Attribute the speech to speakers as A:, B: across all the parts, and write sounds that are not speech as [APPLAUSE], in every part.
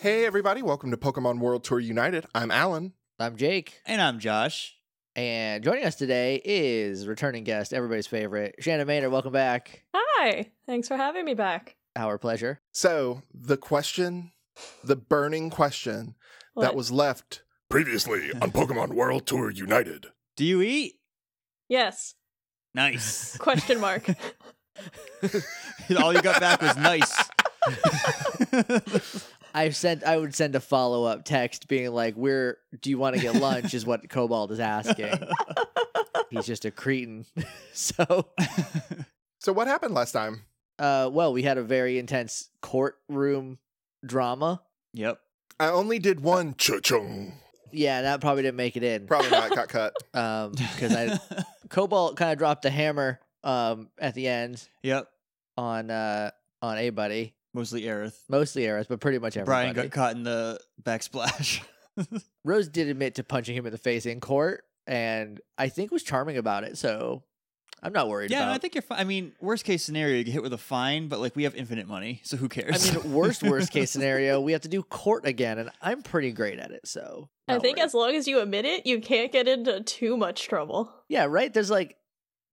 A: Hey, everybody, welcome to Pokemon World Tour United. I'm Alan.
B: I'm Jake,
C: And I'm Josh.
B: and joining us today is returning guest, everybody's favorite, Shannon Maynard. Welcome back.
D: Hi, thanks for having me back.
B: Our pleasure.
A: So, the question, the burning question that
D: What?
A: was left previously on Pokemon World Tour United.
C: Do you eat?
D: yes.
C: Nice.
D: [LAUGHS]
C: [LAUGHS]
D: Question mark.
C: All you got back was nice.
B: I sent. I would send a follow up text being like, "Where do you want to get lunch?" is what Cobalt is asking. He's just a cretin. [LAUGHS] so,
A: So, what happened last time?
B: uh, well, we had a very intense courtroom drama.
C: [LAUGHS] yep.
A: I only did one cha-chung.
B: Yeah, and that probably didn't make it in.
A: Probably not, it got cut.
C: [LAUGHS]
B: Um, because I Cobalt kind of dropped the hammer. Um, at the end
C: Yep.
B: on uh on a buddy,
C: Mostly Aerith.
B: mostly Eris, but pretty much everybody.
C: Brian got caught in the
B: [LAUGHS]
C: backsplash.
B: Rose did admit to punching him in the face in court, and I think was charming about it. So I'm not worried.
C: yeah,
B: about.
C: no, I think you're fine. I mean, worst case scenario, you get hit with a fine, but like we have infinite money, so who
B: I
C: [LAUGHS] cares?
B: mean, worst worst case scenario, we have to do court again, and I'm pretty great at it. So
D: I
B: not
D: think
B: worried.
D: as long as you admit it, you can't get into too much trouble.
B: yeah, right. There's like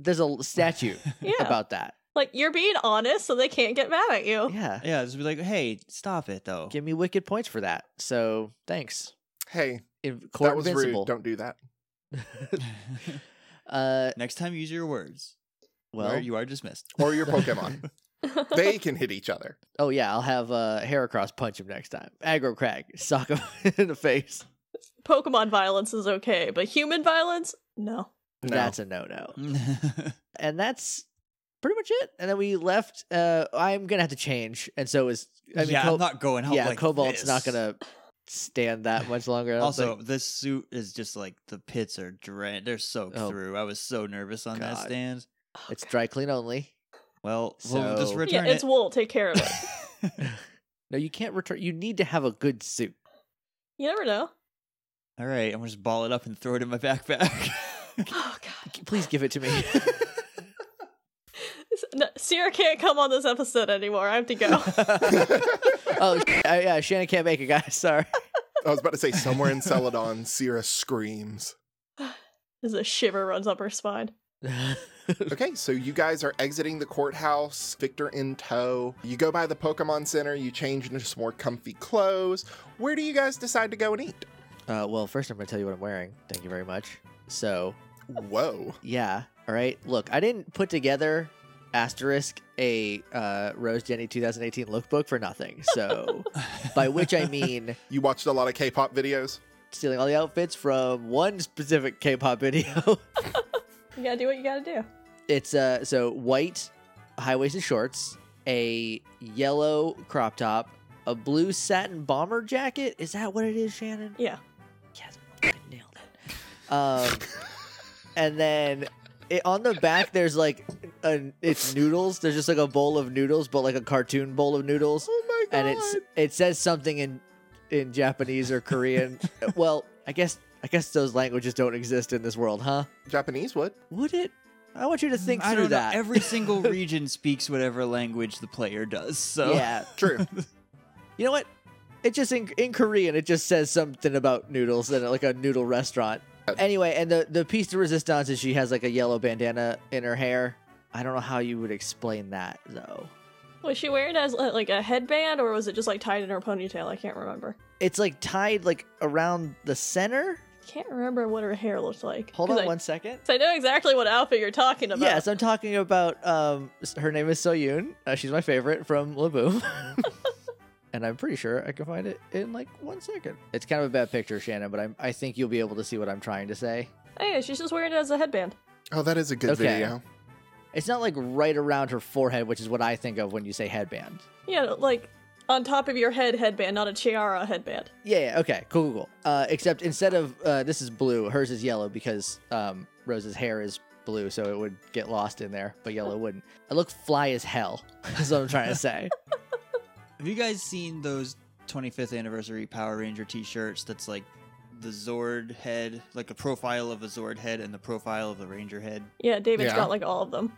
B: there's a statute
D: Yeah.
B: about that.
D: like you're being honest so they can't get mad at you.
B: Yeah,
C: Yeah, just be like, hey, stop it though.
B: give me wicked points for that. So thanks.
A: Hey,
B: In court
A: that was
B: invincible.
A: rude. Don't do that.
B: uh,
C: [LAUGHS] Next time, use your words. You
B: well,
C: are- you are dismissed. [LAUGHS]
A: Or your Pokemon. They can hit each other. [LAUGHS]
B: oh yeah, I'll have uh, Heracross punch him next time. Aggro crack, sock him [LAUGHS] in the face.
D: Pokemon violence is okay, but human violence? No.
A: No.
B: That's a no no. and that's pretty much it. And then we left. Uh, I'm gonna have to change, and so is I mean,
C: yeah,
B: Cobalt.
C: I'm not going out
B: yeah,
C: like
B: Cobalt's not
C: this.
B: gonna stand that much longer. I don't
C: Also,
B: think.
C: this suit is just like the pits are drained; they're soaked
B: Oh,
C: through. I was so nervous on that
B: God.
C: stand.
D: Oh,
B: it's
D: God.
B: dry clean only.
C: Well,
B: So-
C: we'll just
B: Yeah,
C: return
D: yeah, it's
C: it.
D: wool. Take care of
C: [LAUGHS]
D: it.
B: No, you can't return. You need to have a good suit.
D: you never know.
C: All right, I'm gonna just ball it up and throw it in
B: [LAUGHS]
C: my backpack.
D: Oh God.
B: G- Please give it
C: [LAUGHS]
B: to me.
D: S- No, Sierra can't come on this episode anymore. I have to go.
A: I
B: oh, sh- I, yeah, Shannon can't make it, guys.
C: [LAUGHS]
B: Sorry.
A: was about to say, somewhere in Celadon, Sierra screams.
D: As a shiver runs up her spine.
B: Uh,
A: Okay, so you guys are exiting the courthouse, Victor in tow. You go by the Pokemon Center, you change into some more comfy clothes. Where do you guys decide to go and eat?
B: Uh, well, first I'm gonna tell you what I'm wearing. Thank you very much. So,
A: Whoa.
B: Yeah. All right. Look, I didn't put together asterisk a uh, Rose Jenny 2018 lookbook for nothing. So, by which
C: [LAUGHS]
B: I mean
A: You watched a lot of K pop videos?
B: stealing all the outfits from one specific K-pop video. [LAUGHS]
D: You gotta do what you gotta do.
B: it's uh, so white high-waisted shorts, a yellow crop top, a blue satin bomber jacket. Is that what it is, Shannon?
D: Yeah.
B: Yes, I nailed it. Um, and then it, on the back, there's like a, it's noodles. There's just like a bowl of noodles, but like a cartoon bowl of noodles,
A: Oh my god.
B: and it's it says something in in Japanese or
C: [LAUGHS]
B: Korean. well, I guess I guess those languages don't exist in this world, huh?
A: Japanese would.
B: Would it? I want you to think
C: I
B: through
C: don't know.
B: that. [LAUGHS]
C: Every single region speaks whatever language the player does. So
B: Yeah,
C: [LAUGHS]
A: True.
B: you know what? It just in, in Korean, it just says something about noodles and like a noodle restaurant. Anyway, and the the piece de resistance is she has like a yellow bandana in her hair. I don't know how you would explain that though.
D: Was she wearing it as li- like a headband or was it just like tied in her ponytail? I can't remember.
B: It's like tied like around the center.
D: Can't remember what her hair looked like.
B: Hold
D: 'Cause
B: on
D: I,
B: one second.
D: 'cause I know exactly what outfit you're talking about.
B: Yes, I'm talking about um s- her name is Soyun. Uh, she's my favorite from Laboom. [LAUGHS] and I'm pretty sure I can find it in like one second. It's kind of a bad picture, Shannon, but I'm, I think you'll be able to see what I'm trying to say.
D: Oh, yeah, she's just wearing it as a headband.
A: Oh, that is a good
B: Okay.
A: video.
B: It's not like right around her forehead, which is what I think of when you say headband.
D: Yeah, like on top of your head headband, not a tiara headband.
B: Yeah, yeah okay, cool, cool, cool. Uh, except instead of uh, this is blue, hers is yellow because um, Rose's hair is blue, so it would get lost in there, but yellow wouldn't. I look fly as hell, [LAUGHS] is what I'm trying to say.
C: Have you guys seen those 25th anniversary Power Ranger t-shirts that's like the Zord head, like a profile of a Zord head and the profile of the Ranger head?
D: Yeah, David's
A: Yeah.
D: got like all of them.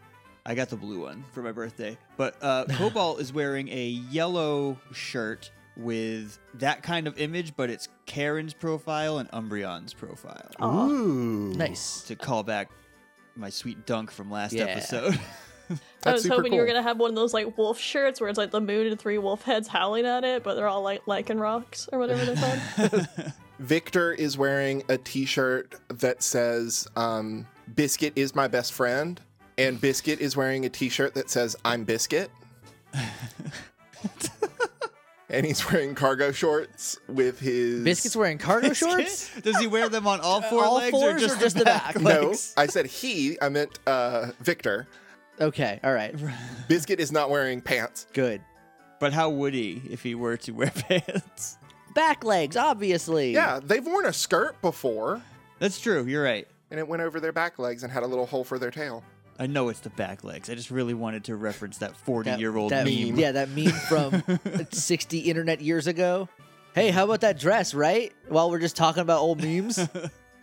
B: [LAUGHS]
C: I got the blue one for my birthday. But uh, Cobalt is wearing a yellow shirt with that kind of image, but it's Karen's profile and Umbreon's profile.
D: Aw.
E: Ooh.
B: Nice.
C: To call back my sweet dunk from last
B: Yeah. [LAUGHS]
C: episode.
D: I
A: That's
D: was
A: super
D: hoping you were
A: cool.
D: gonna have one of those like wolf shirts where it's like the moon and three wolf heads howling at it, but they're all like lichen rocks or whatever they're called.
A: [LAUGHS] Victor is wearing a T-shirt that says um, "Biscuit is my best friend," and Biscuit is wearing a T-shirt that says "I'm Biscuit." and he's wearing cargo shorts with his
B: Biscuits wearing cargo shorts.
C: Does he wear them on all four
B: all
C: legs
B: fours
C: or just, the back?
A: No,
C: legs?
A: I said he. I meant uh, Victor.
B: Okay, all right,
A: Biscuit is not wearing pants.
B: good.
C: But how would he if he were to wear [LAUGHS] pants?
B: Back legs, obviously.
A: Yeah, they've worn a skirt before,
C: That's true. You're right.
A: and it went over their back legs and had a little hole for their tail.
C: I know it's the back legs. I just really wanted to reference that 40
B: That-
C: year old
B: that-
C: meme.
B: Yeah, that meme from 60 internet years ago. Hey, how about that dress, right? While we're just talking about old memes.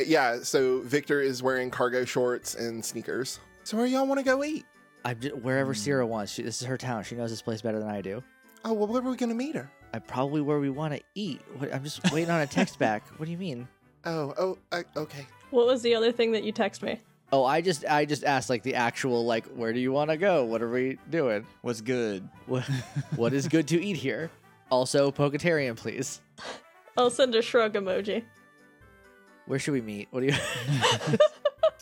A: Yeah, so Victor is wearing cargo shorts and sneakers. So where y'all want to go eat?
B: I'm just, wherever Sierra wants. She, this is her town. She knows this place better than I do.
A: Oh, well, where are we going to meet her?
B: I probably where we want to eat. What, I'm just waiting on a text back. What do you mean?
A: Oh, oh, I, okay.
D: what was the other thing that you text me?
B: Oh, I just I just asked like the actual like where do you want to go? What are we doing?
C: What's good?
B: What, what is good to eat here? Also, Pocatarian, please.
D: I'll send a shrug emoji.
B: Where should we meet?
C: [LAUGHS]
B: What do you?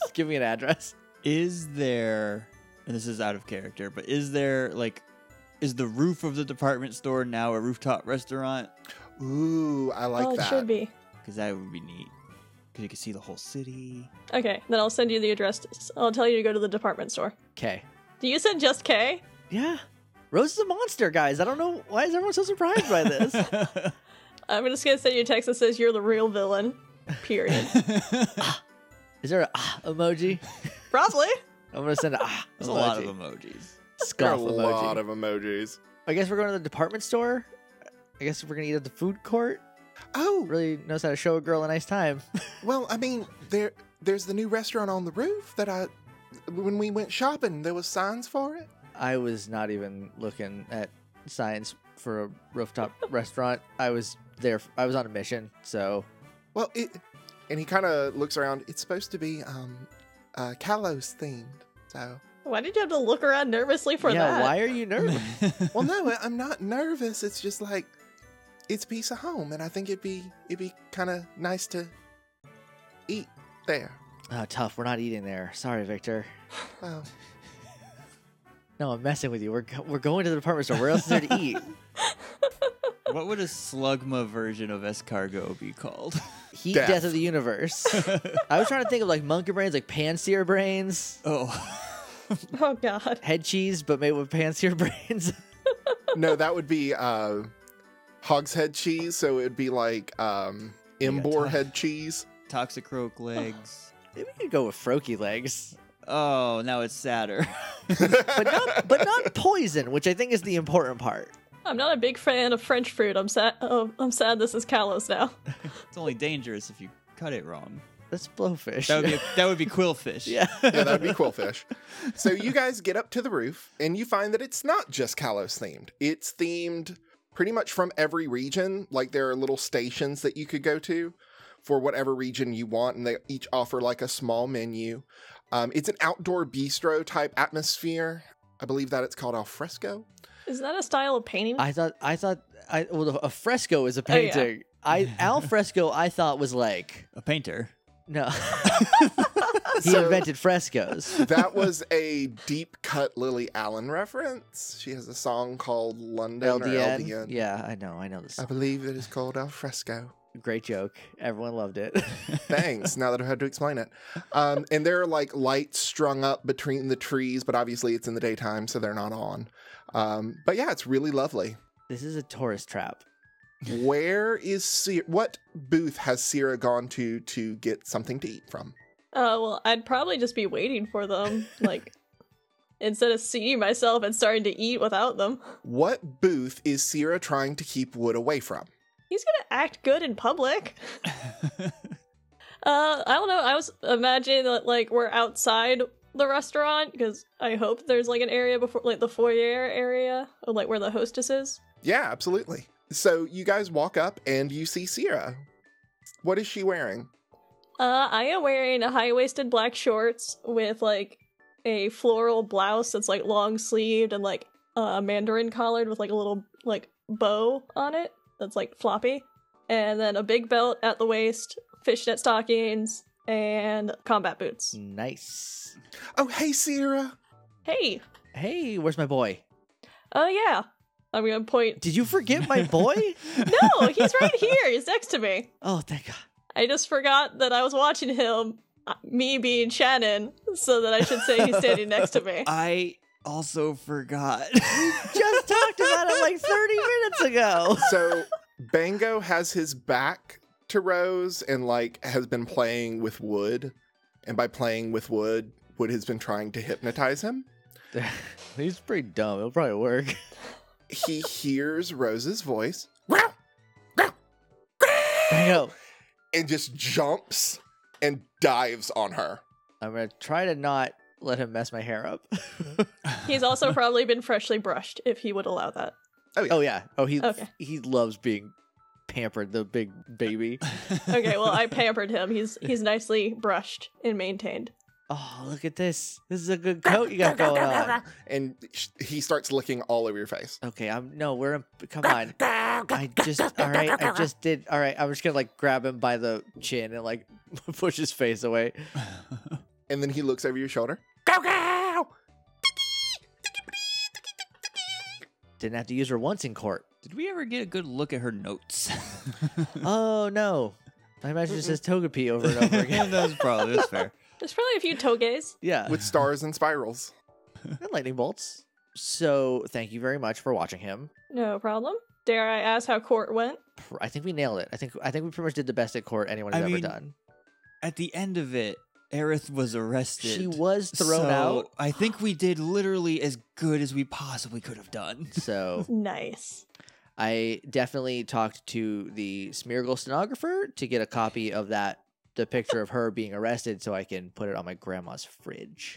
B: just give me an address.
C: Is there, and this is out of character, but is there like, is the roof of the department store now a rooftop restaurant?
A: Ooh, I like
D: oh, it
A: that.
D: should be.
C: Because that would be neat. Because you could see the whole city.
D: Okay, then I'll send you the address. I'll tell you to go to the department store.
B: Okay.
D: Do you send just K?
B: Yeah. Rose is a monster, guys. I don't know why is everyone so surprised by
C: [LAUGHS]
B: [LAUGHS] this.
D: I'm just gonna send you a text that says you're the real villain.
B: [LAUGHS]
D: Period.
B: is there a ah emoji?
D: Probably.
B: I'm gonna send a ah
C: [LAUGHS] There's
B: emoji.
C: a lot of emojis.
A: There are
B: Scoff
A: a
B: emoji.
A: lot of emojis.
B: I guess we're going to the department store. I guess we're gonna eat at the food court.
A: Oh,
B: Really knows how to show a girl a nice time. [LAUGHS]
A: well, I mean, there there's the new restaurant on the roof that I when we went shopping, there was signs for it.
B: I was not even looking at science for a
C: [LAUGHS]
B: rooftop restaurant. I was there. I was on a mission. So
A: Well, it and he kind of looks around. It's supposed to be um uh Kalos themed. So,
D: Why did you have to look around nervously for
B: yeah,
D: that?
B: why are you
C: [LAUGHS]
B: nervous?
A: well, no, [LAUGHS] I- I'm not nervous. It's just like it's a piece of home and I think it'd be it'd be kind of nice to eat there.
B: oh, tough. We're not eating there. Sorry, Victor.
A: Well,
B: No, I'm messing with you. We're go- we're going to the department store. Where else is there to eat?
C: what would a slugma version of escargot be called? [LAUGHS]
B: Heat
A: Death.
B: death, of the universe. I was trying to think of like monkey brains, like panseer brains,
C: oh.
D: [LAUGHS]
C: [LAUGHS]
D: Oh god.
B: head cheese, but made with panseer [LAUGHS] brains.
A: no, that would be uh, hogshead cheese. So it'd be like um, Embor
C: tough.
A: head cheese.
C: Toxicroak legs.
B: Maybe we could go with froky legs,
C: Oh, now it's sadder. [LAUGHS]
B: but not but not poison, which I think is the important part.
D: I'm not a big fan of French fruit. I'm sad. Oh, I'm sad. This is
B: [LAUGHS]
D: Kalos now.
C: it's only dangerous if you cut it wrong.
B: That's blowfish.
C: That would be that would be quillfish.
B: yeah.
A: Yeah, that'd be quillfish. so you guys get up to the roof and you find that it's not just Kalos themed. It's themed pretty much from every region. Like there are little stations that you could go to for whatever region you want, and they each offer like a small menu. Um, it's an outdoor bistro type atmosphere. I believe that it's called alfresco.
D: Is that a style of painting?
B: [LAUGHS] I thought I thought I well a fresco is a
D: Oh, yeah.
B: painting. I al fresco I thought was like
C: A painter. [LAUGHS]
B: no. [LAUGHS] he invented
A: [LAUGHS]
B: frescoes.
A: that was a deep cut Lily Allen reference. She has a song called London or
B: LDN.
A: LDN.
B: Yeah, I know. I know this.
A: I believe it is called al fresco.
B: Great joke. Everyone loved [LAUGHS] it.
A: Thanks. now that I've had to explain it, um, and there are like lights strung up between the trees, but obviously it's in the daytime, so they're not on. Um, but yeah, it's really lovely.
B: this is a tourist trap.
A: Where is Sierra? What booth has Sierra gone to to get something to eat from?
D: Uh, well, I'd probably just be waiting for them, like [LAUGHS] instead of seeing myself and starting to eat without them.
A: What booth is Sierra trying to keep Wood away from?
D: He's gonna act good in public. Uh, I don't know. I was imagining that like we're outside the restaurant because I hope there's like an area before, like the foyer area, or like where the hostess is.
A: Yeah, absolutely. So you guys walk up and you see Sierra. What is she wearing?
D: Uh, I am wearing a high waisted black shorts with like a floral blouse that's like long sleeved and like a mandarin collared with like a little like bow on it that's like floppy, and then a big belt at the waist, fishnet stockings, and combat boots.
B: Hmm. Nice.
A: Oh, hey, Sierra.
D: Hey,
B: Hey, where's my boy?
D: oh yeah, I'm gonna point.
B: Did you forget my boy?
D: No, he's right here. He's next to me.
B: [LAUGHS] oh, thank God.
D: I just forgot that I was watching him, uh, me being Shannon, so that I should say he's standing next to me.
C: I
B: [LAUGHS]
C: also forgot.
B: Just talked about it like 30 minutes ago.
A: So Bango has his back to Rose and like has been playing with wood. And by playing with wood, wood has been trying to hypnotize him.
B: [LAUGHS] He's pretty dumb. It'll probably work. [LAUGHS]
A: He hears Rose's voice. "Growl, growl,
B: I
A: growl,"
B: know.
A: And just jumps and dives on her.
B: I'm gonna try to not let him mess my hair [LAUGHS] up.
D: He's also probably been freshly brushed, if he would allow that.
B: oh yeah. Oh he
D: Okay.
B: he loves being pampered, the big baby.
D: Okay, well, I pampered him. He's he's nicely brushed and maintained.
B: Oh, look at this. This is a good coat you got going on.
A: And sh- he starts licking all over your face.
B: Okay, I'm no, we're in, come on. I just all right, I just did all right, I'm just gonna like grab him by the chin and like [LAUGHS] push his face away.
A: And then he looks over your shoulder.
B: Didn't have to use her once in court.
C: [LAUGHS] Did we ever get a good look at her notes?
B: Oh no. I imagine it says Togepi [LAUGHS] over and over
C: [LAUGHS]
B: again.
C: that was probably that's fair.
D: There's probably a few toges.
B: Yeah.
A: with stars and spirals.
B: and lightning bolts. So thank you very much for watching him.
D: No problem. Dare I ask how court went?
B: Pr- I think we nailed it. I think I think we pretty much did the best at court anyone has
C: I
B: ever
C: mean,
B: done.
C: At the end of it, Aerith was arrested.
B: She was thrown
C: So,
B: out.
C: I think we did literally as good as we possibly could have done.
B: So
D: Nice.
B: I definitely talked to the Smeargle stenographer to get a copy of that the picture of her being arrested so I can put it on my grandma's fridge.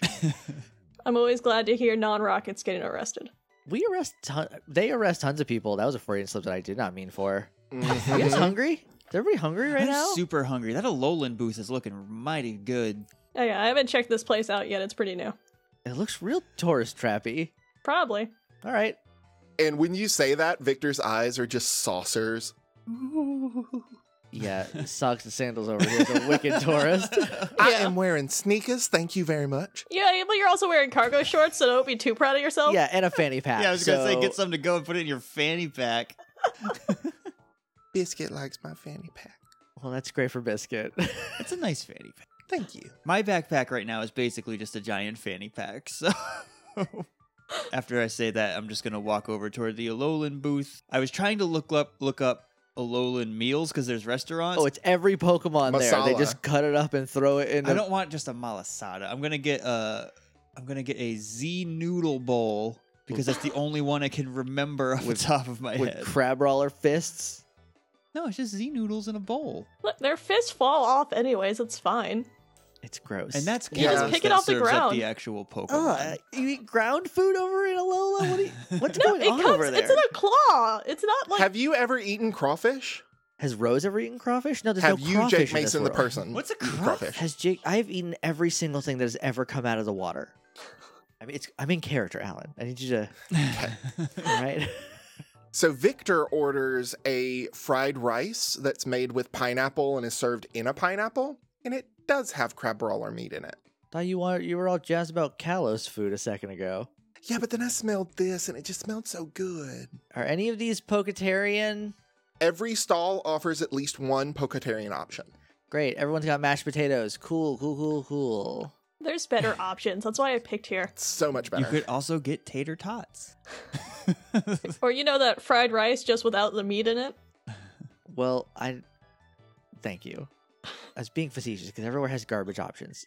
D: I'm always glad to hear non-rockets getting arrested.
B: [LAUGHS] we arrest ton- they arrest tons of people. That was a Freudian slip that I did not mean for. Are you guys
A: Mhm.
B: hungry? Is everybody hungry right
C: I'm
B: now?
C: super hungry. That Alolan booth is looking
B: [LAUGHS]
C: mighty good.
D: Oh yeah, I haven't checked this place out yet. It's pretty new.
B: it looks real tourist trappy.
D: Probably.
B: All right.
A: and when you say that, Victor's eyes are just saucers.
B: Yeah, [LAUGHS] socks and sandals over here. [LAUGHS] is a wicked
C: [LAUGHS]
B: tourist.
A: I
D: Yeah.
A: am wearing sneakers. Thank you very much.
D: Yeah, but you're also wearing cargo shorts, so don't be too proud of yourself.
B: Yeah, and a fanny pack. so-
C: something to go and put it in your fanny pack.
A: Biscuit likes my fanny pack.
B: Well, that's great for biscuit. [LAUGHS]
C: It's a nice fanny pack.
A: Thank you.
C: My backpack right now is basically just a giant fanny pack. [LAUGHS] So after I say that, I'm just gonna walk over toward the Alolan booth. I was trying to look up look up Alolan meals because there's restaurants.
B: oh, it's every Pokemon there. They
A: Masala.
B: just cut it up and throw it in.
C: I
B: the-
C: don't want just a malasada. I'm gonna get a I'm gonna get a Z noodle bowl because that's the only one I can remember off
B: With-
C: the top of my
B: with
C: head.
B: crab roller fists.
C: no, it's just Z noodles in a bowl,
D: Look, their fists fall off anyways. It's fine.
B: It's gross.
C: and that's
A: You just
C: chaos
D: pick it
C: that
D: off the
C: serves up
D: ground.
C: The actual Pokemon.
B: Ugh,
C: [LAUGHS]
B: you eat ground food over in Alola. What do you, what's
D: No,
B: going
D: it
B: on
D: comes.
B: over there?
D: It's in a claw. It's not like
A: Have you ever eaten crawfish?
B: Has Rose ever eaten crawfish? No, there's
A: Have
B: no
A: you,
B: crawfish
A: Jake
B: in this
A: Mason, the
B: world.
A: person?
C: What's a
A: eaten
C: crawfish?
B: Has Jake? I've eaten every single thing that has ever come out of the water. I mean, it's. I'm in character, Alan. I need you
D: [LAUGHS]
B: to. All right. [LAUGHS]
A: So Victor orders a fried rice that's made with pineapple and is served in a pineapple, and it does have crab roller meat in it.
B: Thought you wanted, You were all jazzed about Kalos food a second ago.
A: Yeah, but then I smelled this, and it just smelled so good.
B: Are any of these Poketarian?
A: Every stall offers at least one Pocatarian option.
B: Great. Everyone's got mashed potatoes. Cool, cool, cool, cool. [LAUGHS]
D: there's better options. That's why I picked here.
A: It's so much better.
C: you could also get
B: [LAUGHS]
C: tater tots. [LAUGHS]
D: Or you know that fried rice just without the meat
B: [LAUGHS]
D: in it.
B: Well, I thank you. I was being facetious because everywhere has garbage options.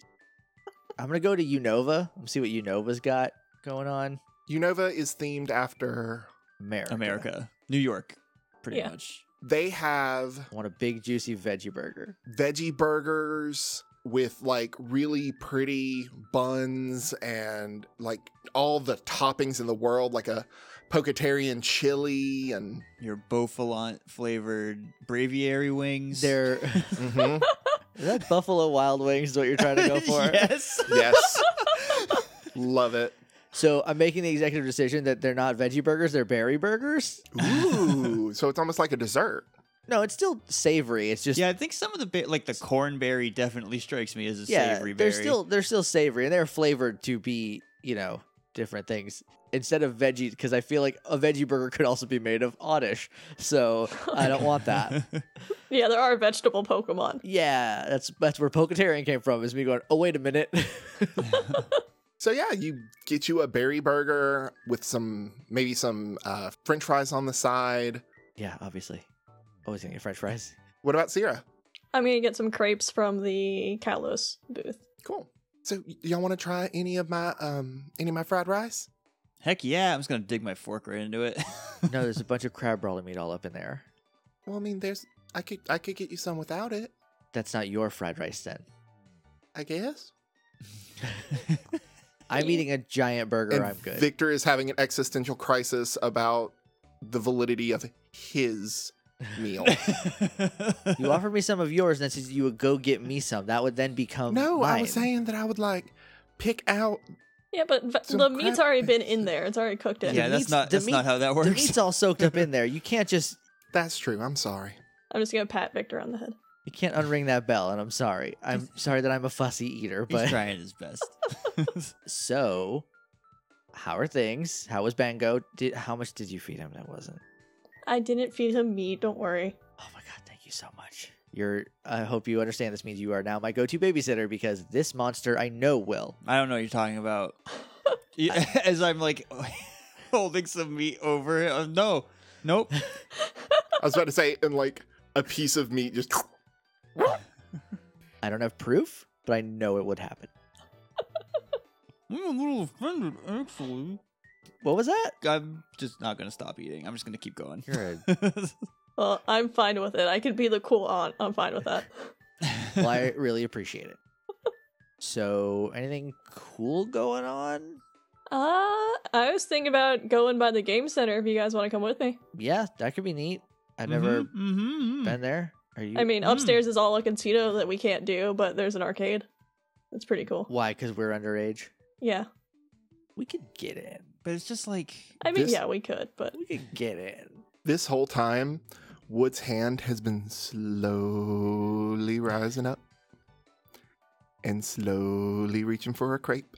B: I'm gonna go to Unova and see what Unova's got going on.
A: Unova is themed after
B: America.
C: America, New York, pretty
D: Yeah.
C: much.
A: they have
B: I want a big juicy veggie burger.
A: veggie burgers. with like really pretty buns and like all the toppings in the world, like a Pocatarian chili and
C: Your Beaufalant flavored Braviary wings.
B: They're [LAUGHS]
A: Mm-hmm. [LAUGHS]
B: is that Buffalo Wild Wings is what you're trying to
C: [LAUGHS]
B: go for.
C: yes.
A: yes, love it.
B: So I'm making the executive decision that they're not veggie burgers, they're berry burgers.
A: [LAUGHS] Ooh, so it's almost like a dessert.
B: No, it's still savory. It's just
C: Yeah, I think some of the ba- like the cornberry definitely strikes me as a
B: yeah,
C: savory berry.
B: they're still they're still savory and they're flavored to be you know different things instead of veggie because I feel like a veggie burger [LAUGHS] could also be made of oddish, so I don't
A: [LAUGHS]
B: want that.
D: [LAUGHS] Yeah, there are vegetable Pokemon.
B: Yeah, that's that's where Pocatarian came from. Is me going, oh wait
A: [LAUGHS]
B: a minute, [LAUGHS]
A: So yeah, you get you a berry burger with some maybe some uh, French fries on the side.
B: yeah, obviously, always gonna get French fries.
A: What about Sierra?
D: I'm gonna get some crepes from the Kalos booth.
A: Cool. So y- y'all want to try any of my um any of my fried rice?
C: [LAUGHS] Heck yeah, I'm just gonna dig my fork right into it.
B: [LAUGHS] No,
C: [LAUGHS]
B: there's a bunch of crab brawler meat all up in there.
A: Well, I mean, there's I could I could get you some without it,
B: That's not your fried rice then.
A: I guess.
B: I'm eating a giant burger.
A: and
B: I'm good. [LAUGHS]
A: Victor is having an existential crisis about the validity of his meal.
B: you offered me some of yours, and then said you would go get me some. That would then become
A: no, I was
B: mine.
A: saying that I would like pick out.
D: Yeah, but ve-
A: Some
D: the meat's
A: crab-
D: already been in there. It's already cooked in.
C: yeah, that's
B: meat's-
C: not
B: the
C: that's
B: meat-
C: not how that
B: The
C: works.
B: meat's all soaked up in
C: [LAUGHS]
B: there. You can't just
A: That's true. I'm sorry.
D: I'm just gonna pat Victor on the head.
B: you can't unring that bell, and I'm sorry. I'm sorry that I'm a fussy eater, [LAUGHS]
C: He's
B: but
C: trying his best.
B: [LAUGHS]
C: [LAUGHS]
B: so how are things? How was Bango? Did how much did you feed him that wasn't?
D: I didn't feed him meat. Don't worry.
B: Oh my god, thank you so much. You're I hope you understand this means you are now my go-to babysitter because this monster I know will.
C: I don't know what you're
B: [LAUGHS]
C: talking about. You- [LAUGHS] As I'm like holding some meat over it. uh, no,
B: [LAUGHS]
C: nope.
A: I was about to say, and like a piece of meat just. [SNIFFS]
B: I don't have proof, but I know it would happen.
C: I'm a little offended, actually.
B: What was that?
C: I'm just not gonna stop eating. I'm just gonna keep going. [LAUGHS]
B: You're
D: Well, I'm fine with it. I could be the cool aunt. I'm fine
B: [LAUGHS]
D: with that.
B: well,
C: [LAUGHS]
B: I really appreciate it. So anything cool going on?
D: Uh, I was thinking about going by the game center if you guys want to come with me.
B: Yeah, that could be neat.
C: Mm-hmm,
B: I've never
C: hmm
B: been there. Are you?
D: I mean,
C: Mm.
D: upstairs is all a casino that we can't do, but there's an arcade. It's pretty cool.
B: why? Because we're underage.
D: Yeah.
B: We could get in.
C: But it's just like [LAUGHS]
D: I mean,
A: This-
D: yeah, we could, but
B: We could get in.
A: This whole time, Wood's hand has been slowly rising up and slowly reaching for a [LAUGHS] crepe.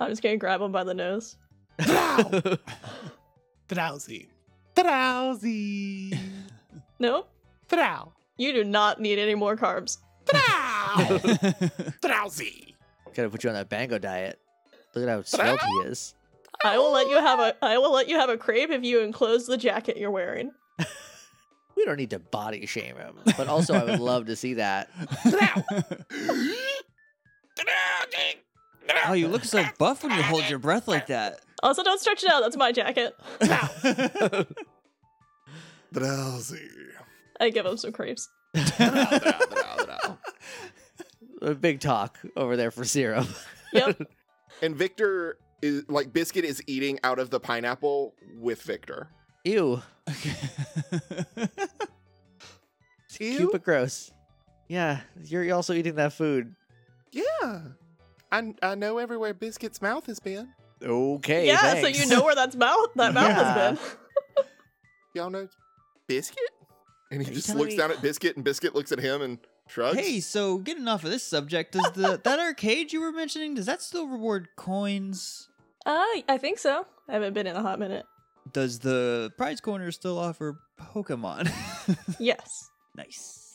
D: I'm just gonna grab him by the nose.
B: [LAUGHS]
A: Drowsy. Drowsy.
D: Nope.
A: Drow.
D: You do not need any more carbs.
A: Drow. [LAUGHS] Drowsy.
B: Gotta put you on that bango diet. Look at how svelte he is.
D: I will let you have a I will let you have a crepe if you enclose the jacket you're wearing.
B: We don't need to body shame him, but also I would love to see that.
C: oh, you look so buff when you hold your breath like that.
D: Also, don't stretch it out. That's my jacket. [LAUGHS]
C: [LAUGHS]
A: Drowsy.
D: I give him some crepes.
C: [LAUGHS]
A: Drow, drow, drow, drow.
B: A big talk over there for serum. [LAUGHS]
D: Yep.
A: And Victor is like Biscuit is eating out of the pineapple with Victor.
B: Ew,
C: [LAUGHS]
B: cute but gross. Yeah, you're also eating that food.
A: Yeah. I, I know everywhere Biscuit's mouth has been.
B: Okay.
D: yeah, so you know where that's mouth that mouth
B: Yeah.
D: has been.
A: Y'all know Biscuit? And
B: Are
A: he
B: you
A: just
B: telling
A: looks
B: me-
A: down at Biscuit and Biscuit looks at him and shrugs.
C: hey, so getting off of this subject, does the that arcade you were mentioning does that still reward coins?
D: Uh, I think so. I haven't been in a hot minute.
C: Does the prize corner still offer Pokemon? [LAUGHS]
D: Yes.
C: nice.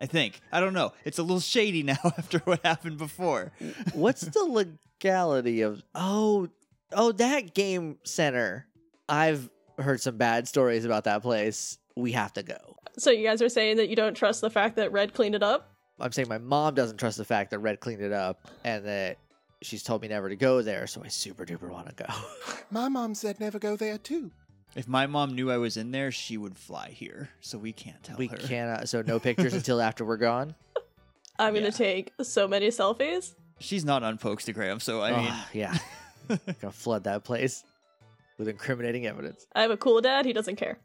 C: I think. I don't know. It's a little shady [LAUGHS] now after what happened before.
B: [LAUGHS] What's the legality of oh oh that game center? I've heard some bad stories about that place. We have to go.
D: So you guys are saying that you don't trust the fact that Red cleaned it up?
B: I'm saying my mom doesn't trust the fact that Red cleaned it up and that she's told me never to go there, so I super duper want to go. [LAUGHS]
A: My mom said never go there [LAUGHS] too.
C: If my mom knew I was in there, she would fly here. So we can't tell
B: we [LAUGHS]
C: her.
B: cannot so no pictures until after we're gone.
D: I'm
C: Yeah.
D: gonna take so many selfies.
C: She's not on Pokestagram, so I mean,
B: Ugh, yeah, gonna flood that place with incriminating evidence.
D: I have a cool dad. He doesn't care.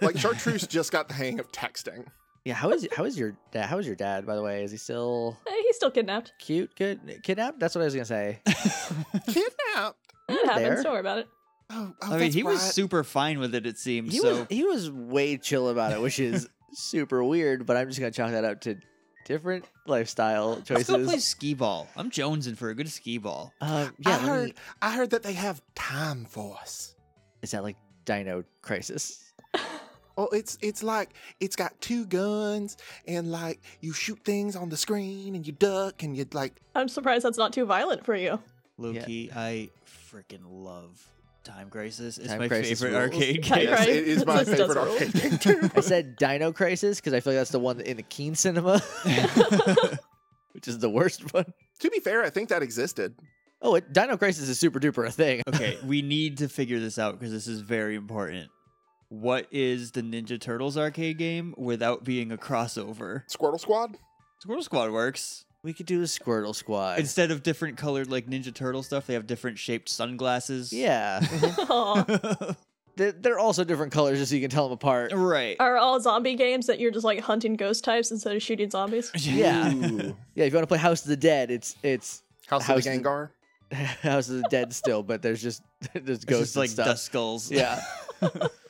A: Like Chartreuse just got the hang of texting.
B: Yeah, how is how is your dad? How is your dad? By the way, is he still
D: Eh, He's still kidnapped.
B: cute? Good kidnapped? That's what I was gonna say.
A: Kidnapped.
D: It happens.
B: Ah, there.
D: Don't worry about it. [LAUGHS]
A: Oh, oh
C: [LAUGHS] I mean,
A: that's
C: he was
A: right.
C: super fine with it. It seems
B: He
C: Um, so.
B: was he was way chill about it, which
C: [LAUGHS]
B: is super weird. But I'm just gonna chalk that up to different lifestyle
C: Let's
B: choices.
C: go play skee ball. I'm jonesing for a good skee ball.
B: Um,
A: I
B: yeah, let
A: heard.
B: me-
A: I heard that they have time force.
B: is that like Dino Crisis?
A: Oh, it's it's like it's got two guns and like you shoot things on the screen and you duck and you like
D: I'm surprised that's not too violent for you.
C: Low
B: Yeah.
C: key, I freaking love Time Crisis. It's
B: Time
C: my
B: Crisis
C: favorite
B: rules.
C: arcade
D: Time
C: game.
D: Yes, Crisis.
A: it is
B: [LAUGHS]
A: my
D: Those does
A: favorite
D: roll.
A: arcade game too.
B: I said Dino Crisis because I feel like that's the one in the Keen Cinema, [LAUGHS] which is the worst one.
A: to be fair, I think that existed.
B: Oh, it, Dino Crisis is super duper a thing.
C: okay, we need to figure this out because this is very important. What is the Ninja Turtles arcade game without being a crossover?
A: Squirtle Squad.
C: Squirrel Squad works.
B: We could do a Squirtle Squad.
C: Instead of different colored like Ninja Turtle stuff, they have different shaped sunglasses. [LAUGHS]
B: yeah,
D: [LAUGHS] Aw.
B: they're, they're also different colors, just so you can tell them apart.
C: right.
D: Are all zombie games that you're just like hunting ghost types instead of shooting zombies?
B: Yeah. Yeah, if you want to play House of the Dead, it's it's [LAUGHS]
A: House,
B: House of-
A: of the Gengar.
B: House of the Dead still, but there's just [LAUGHS] there's
C: It's
B: ghosts
C: just like
B: and stuff.
C: dust skulls. [LAUGHS]
B: Yeah,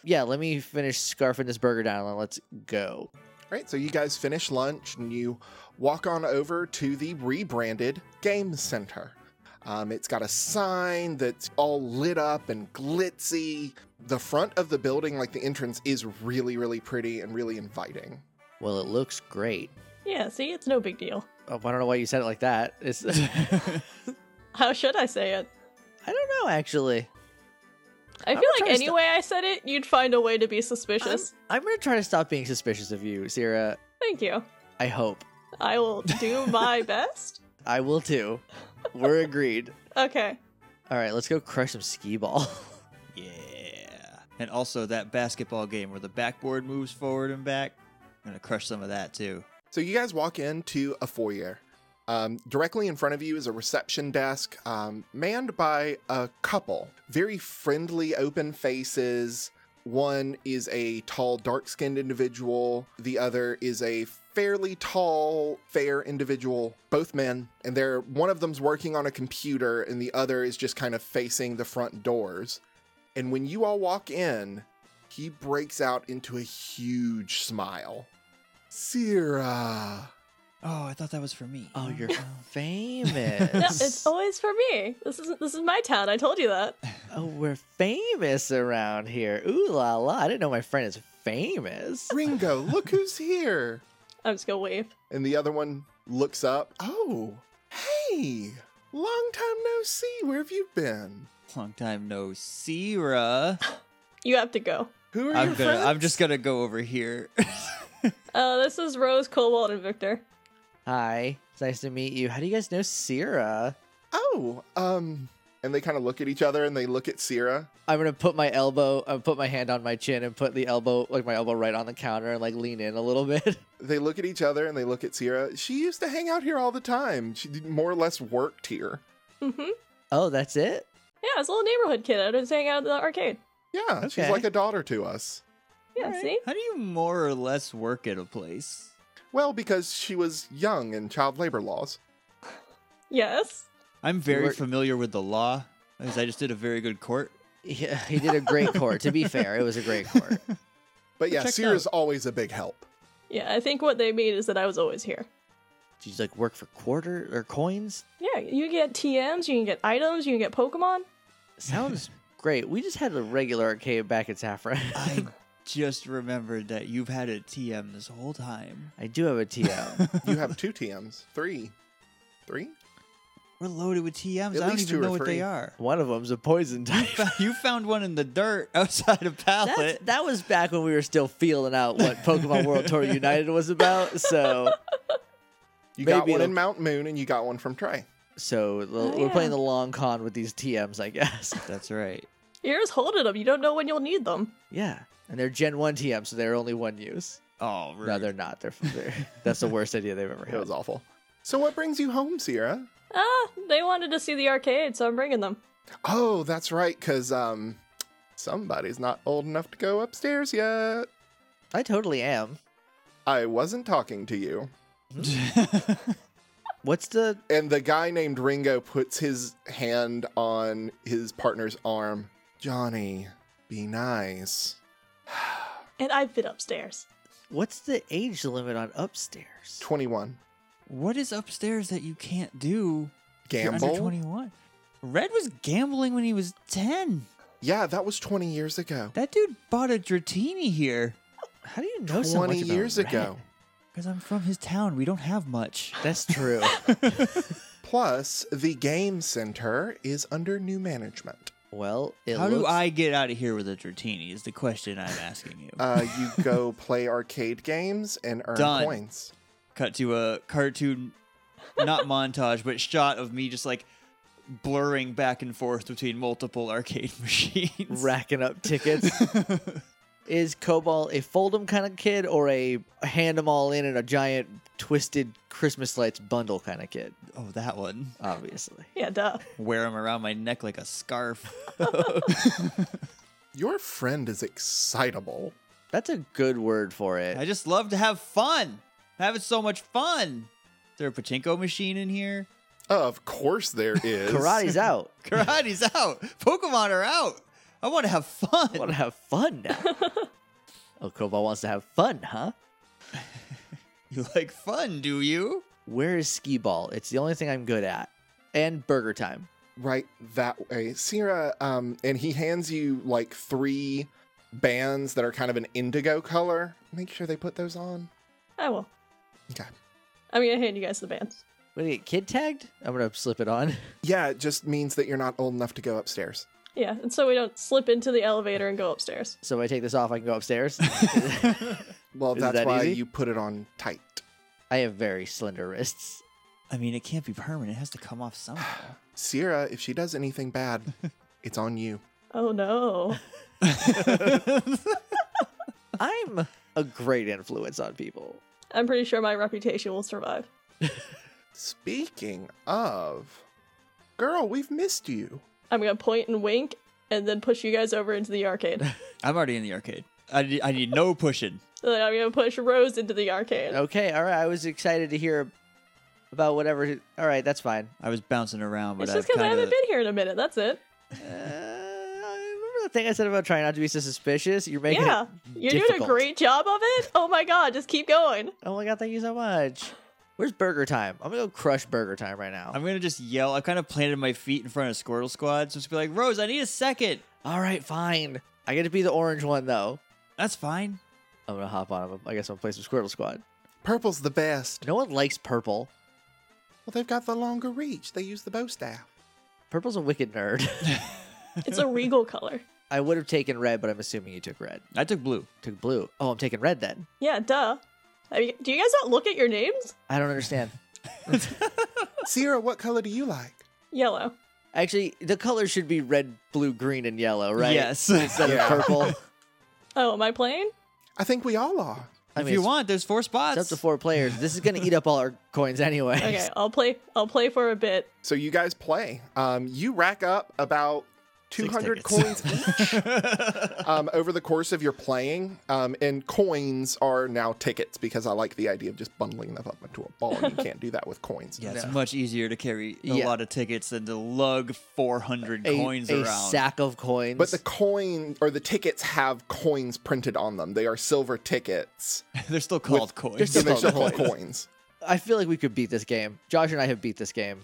B: yeah. Let me finish scarfing this burger down and let's go.
A: All right, so you guys finish lunch and you walk on over to the rebranded game center. Um, it's got a sign that's all lit up and glitzy. The front of the building, like the entrance, is really, really pretty and really inviting.
B: Well, it looks great.
D: Yeah, see, it's no big deal.
B: Oh, I don't know why you said it like that. It's [LAUGHS]
D: How should I say it?
B: I don't know actually.
D: I
B: I'm
D: feel
B: trying
D: like
B: to
D: any
B: st-
D: way I said it, you'd find a way to be suspicious.
B: I'm gonna try to stop being suspicious of you, Sierra.
D: Thank you.
B: I hope
D: I will
B: [LAUGHS]
D: do my best.
B: I will too. We're agreed.
D: Okay.
B: All right, let's go crush some skee ball.
C: Yeah. And also that basketball game where the backboard moves forward and back. I'm gonna crush some of that too.
A: So you guys walk into a foyer. Um, directly in front of you is a reception desk um, manned by a couple. Very friendly, open faces. One is a tall, dark skinned individual, the other is a fairly tall, fair individual, both men. And they're one of them's working on a computer, and the other is just kind of facing the front doors. And when you all walk in, he breaks out into a huge smile. Sierra.
C: Oh, I thought that was for me.
B: [LAUGHS] Oh, you're
D: No,
B: [LAUGHS] famous.
D: it's always for me. This is this is my town. I told you that.
B: Oh, we're famous around here. Ooh la la! I didn't know my friend is famous.
A: Ringo, look who's here.
D: I'm just gonna wave.
A: And the other one looks up. Oh, hey, long time no see. Where have you been?
C: [LAUGHS] Long time no Sierra.
D: You have to go.
A: Who are
C: I'm
A: your
C: gonna
A: friends?
C: I'm just gonna go over
D: [LAUGHS]
C: here.
D: Uh, this is Rose, Cobalt, and Victor.
B: Hi, it's nice to meet you. How do you guys know Sierra?
A: Oh, um, and they kind of look at each other and they look at Sierra.
B: I'm gonna put my elbow, uh, put my hand on my chin, and put the elbow, like my elbow, right on the counter, and like lean in a little bit. [LAUGHS]
A: They look at each other and they look at Sierra. She used to hang out here all the time. She did- more or less worked here.
D: Mm-hmm.
B: Oh, that's it.
D: Yeah, it's a little neighborhood kid. I was hanging out at the arcade.
A: Yeah, she's
B: Okay.
A: like a daughter to us.
D: Yeah,
C: Alright.
D: see?
C: How do you more or less work at a place?
A: Well, because she was young and child labor laws.
D: Yes.
C: I'm very
B: work-
C: familiar with the law because I just did a very
A: [LAUGHS]
C: good court.
B: Yeah, he did a great court. To be fair, it was a great [LAUGHS] court.
A: But yeah,
C: Checked
A: Sierra's always a big help.
D: Yeah, I think what they mean is that I was always here.
B: She's like work for quarter or coins.
D: Yeah, you get TMs, you can get items, you can get Pokemon.
B: Sounds great. We just had a regular arcade back at Saffron.
C: I just remembered that you've had a TM this whole time.
B: [LAUGHS] I do have a [LAUGHS] TM.
A: You have two TMs, three, three.
C: We're loaded with TMs.
A: At
C: I don't
A: least two
C: even know
A: or
C: what
A: three.
C: they are. [LAUGHS]
B: One of them's a poison type.
C: you found one in the dirt outside of
B: That's,
C: Pallet.
B: that was back when we were still feeling out what Pokemon World Tour United was about. So,
A: You got
B: Maybe
A: one in
B: it'll-
A: Mount Moon and you got one from Trey.
B: so the,
D: Oh,
B: we're
D: yeah.
B: playing the long con with these TMs, I guess.
C: That's right.
D: You're just holding them. You don't know when you'll need them.
B: [LAUGHS] Yeah, and they're Gen One TMs, so they're only one use.
C: Oh,
B: No, they're not. They're, they're that's the worst idea they've ever
A: It was
B: had.
A: awful. So what brings you home, Sierra?
D: Ah, they wanted to see the arcade, so I'm bringing them.
A: Oh, that's right, because um, somebody's not old enough to go upstairs yet.
B: I totally am.
A: I wasn't talking to you.
B: What's the
A: And the guy named Ringo puts his hand on his partner's arm. Johnny, be nice.
D: And I've been upstairs.
B: what's the age limit on upstairs?
A: 21.
C: [LAUGHS] what is upstairs that you can't do? if you're Under
A: Gamble?
C: 21. Red was gambling when he was 10.
A: Yeah, that was 20 years ago.
C: That dude bought a Dratini here.
B: How do you know so much
A: 20
B: about
A: years
B: red?
A: ago.
C: Because I'm from his town. We don't have much.
B: That's true.
A: Plus, the game center is under new management.
B: [LAUGHS] well, it
C: How
B: looks,
C: do I get out of here with a Dratini is the question I'm asking you.
A: Uh,
B: [LAUGHS]
A: you go play arcade games and earn
C: Done.
A: points.
C: Cut to a cartoon, not montage, but shot of me just like blurring back and forth between multiple arcade [LAUGHS] machines.
B: racking up tickets? Is Cobalt a Fold'em kind of kid or a hand them all in and a giant twisted Christmas lights bundle kind of kid?
C: Oh, that one.
B: Obviously.
D: Yeah, duh.
C: Wear them around my neck like a scarf.
A: Your friend is excitable.
B: That's a good word for it.
C: I just love to have fun. I'm having so much fun. Is there a pachinko machine in here? [LAUGHS]
A: Of course,
B: [LAUGHS]
A: there is.
B: Karate's out.
C: Karate's out. Pokemon are out. I want to have fun.
B: I want to have fun now. oh, Cobalt wants to have fun, huh?
C: You like fun, do you?
B: Where is skee ball? It's the only thing I'm good at. And burger time.
A: right that way. Sierra, um, and he hands you like three bands that are kind of an indigo color. Make sure they put those on.
D: I will.
A: Okay.
D: I'm gonna hand you guys the bands.
B: What do you get kid tagged? I'm gonna slip it on. [LAUGHS]
A: Yeah, it just means that you're not old enough to go upstairs.
D: Yeah, and so we don't slip into the elevator and go upstairs.
B: So if I take this off, I can go upstairs. [LAUGHS]
A: Well,
B: Is
A: that's
B: that
A: why
B: easy?
A: you put it on tight.
B: I have very slender wrists.
C: I mean, it can't be permanent. It has to come off somehow.
A: Sierra, if she does anything
B: [LAUGHS]
A: bad, it's on you.
D: Oh no.
B: I'm a great influence on people.
D: I'm pretty sure my reputation will survive.
A: Speaking of, girl, we've missed you.
D: I'm gonna point and wink and then push you guys over into the arcade.
C: [SIGHS] I'm already in the arcade. I need, I need no pushing.
D: And then I'm gonna push Rose into the arcade.
C: Oh,
B: Okay, all right. I was excited to hear about whatever. All right, that's [LAUGHS] fine.
C: I was bouncing around, but
D: it's just
C: I've
D: because I
C: kinda-
D: haven't been here in a minute, that's it.
B: Uh, remember the thing I said about trying not to be so suspicious? You're making
D: Yeah.
B: it
D: You're doing a
B: difficult.
D: great job of it. Oh my god, just keep going.
B: Oh my god, thank you so much. Where's burger time? I'm gonna go crush burger time right now.
C: I'm gonna just yell. I kind of planted my feet in front of Squirtle Squad, so just be like, Rose, I need a second.
B: All right, fine. I get to be the orange one though.
C: That's fine.
B: I'm gonna hop on. him. I guess I'm gonna play some Squirtle Squad.
A: Purple's the best.
B: No one likes purple.
A: Well, they've got the longer reach. They use the bow staff.
B: Purple's a wicked nerd. [LAUGHS]
D: It's a regal color. [LAUGHS]
B: I would have taken red, but I'm assuming you took red.
C: I took blue.
B: Took blue. Oh, I'm taking red then.
D: Yeah, duh. I mean, do you guys not look at your names?
B: I don't [LAUGHS] understand.
A: Sierra, what color do you like?
D: Yellow.
B: Actually, the color should be red, blue, green, and yellow, right? [LAUGHS]
C: Yes.
B: Instead
A: Yeah. [LAUGHS]
B: of purple.
D: Oh, am I playing?
A: I think we all are.
B: I
C: if
B: mean,
C: you
B: it's-
C: want, there's four
B: It's
C: spots.
B: up to four players. This is gonna eat up all our coins anyway.
D: Okay, I'll play. I'll play for a bit.
A: So you guys play. Um, you rack up about 200
C: tickets.
A: coins each um, over the course of your playing. Um, and coins are now tickets because I like the idea of just bundling them up into a ball. And you can't do that with coins.
C: Yeah, it's
B: No.
C: much easier to carry a
B: Yeah.
C: lot of tickets than to lug 400
B: A,
C: coins
B: a
C: around.
B: sack of coins.
A: But the coin or the tickets have coins printed on them. They are silver tickets.
C: [LAUGHS] They're still called coins.
A: So they're
B: called
A: still called
B: coins.
A: coins.
B: I feel like we could beat this game. Josh and I have beat this game.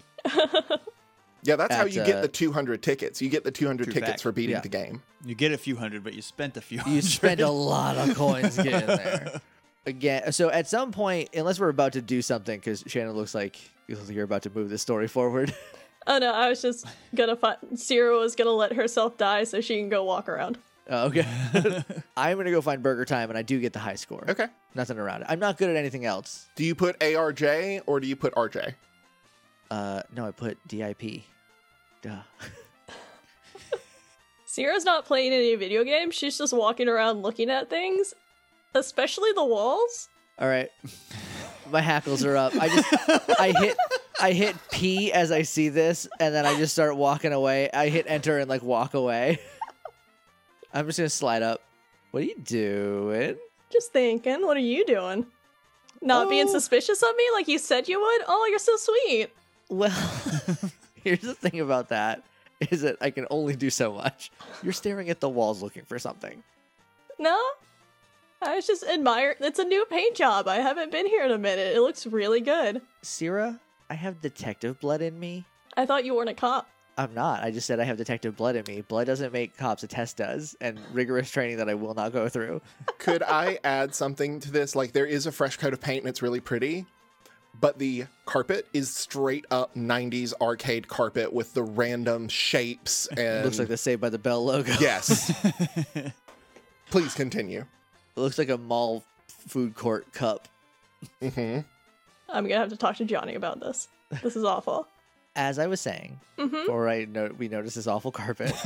A: Yeah, that's how
B: At,
A: you
B: uh,
A: get the 200 tickets. You get the 200
C: True
A: tickets
C: fact.
A: for beating
B: Yeah.
A: the game.
C: You get a few hundred, but you spent a
B: [LAUGHS]
C: few
B: You
C: hundred.
B: spend a lot of
A: [LAUGHS]
B: coins getting there. Again, so at some point, unless we're about to do something, because Shannon looks like you're about to move the story forward. [LAUGHS]
D: Oh no, I was just gonna find. Cyril is gonna let herself die so she can go walk around.
B: Uh, okay,
A: [LAUGHS]
B: [LAUGHS] I'm gonna go find Burger Time, and I do get the high score.
A: Okay.
B: nothing around it. I'm not good at anything else.
A: Do you put ARJ or do you put RJ?
B: Uh, no, I put DIP. Duh.
D: Sierra's not playing any video games. She's just walking around looking at things, especially the walls.
B: All right, my hackles are up. I just I hit I hit P as I see this, and then I just start walking away. I hit enter and like walk away. I'm just gonna slide up. What are you doing?
D: Just thinking, what are you doing? Not being
B: Oh.
D: suspicious of me like you said you would? Oh, you're so sweet.
B: Well, [LAUGHS] here's the thing about that is that I can only do so much. You're staring at the walls looking for something.
D: No? I was just admire it's a new paint job. I haven't been here in a minute. It looks really good.
B: Sierra, I have detective blood in me.
D: I thought you weren't a cop.
B: I'm not. I just said I have detective blood in me. Blood doesn't make cops. A test does, and rigorous training that I will not go through.
A: Could I add something to this? Like there is a fresh coat of paint and it's really pretty, but the carpet is straight up 90s arcade carpet with the random shapes and
B: [LAUGHS] Looks like the Saved by the Bell logo.
A: Yes.
B: [LAUGHS]
A: Please continue.
B: It [LAUGHS] looks like a mall food court cup.
A: hmm
D: I'm gonna have to talk to Johnny about this. This is awful.
B: As I was saying,
D: Mm-hmm.
B: before I no- we noticed this awful carpet. [LAUGHS]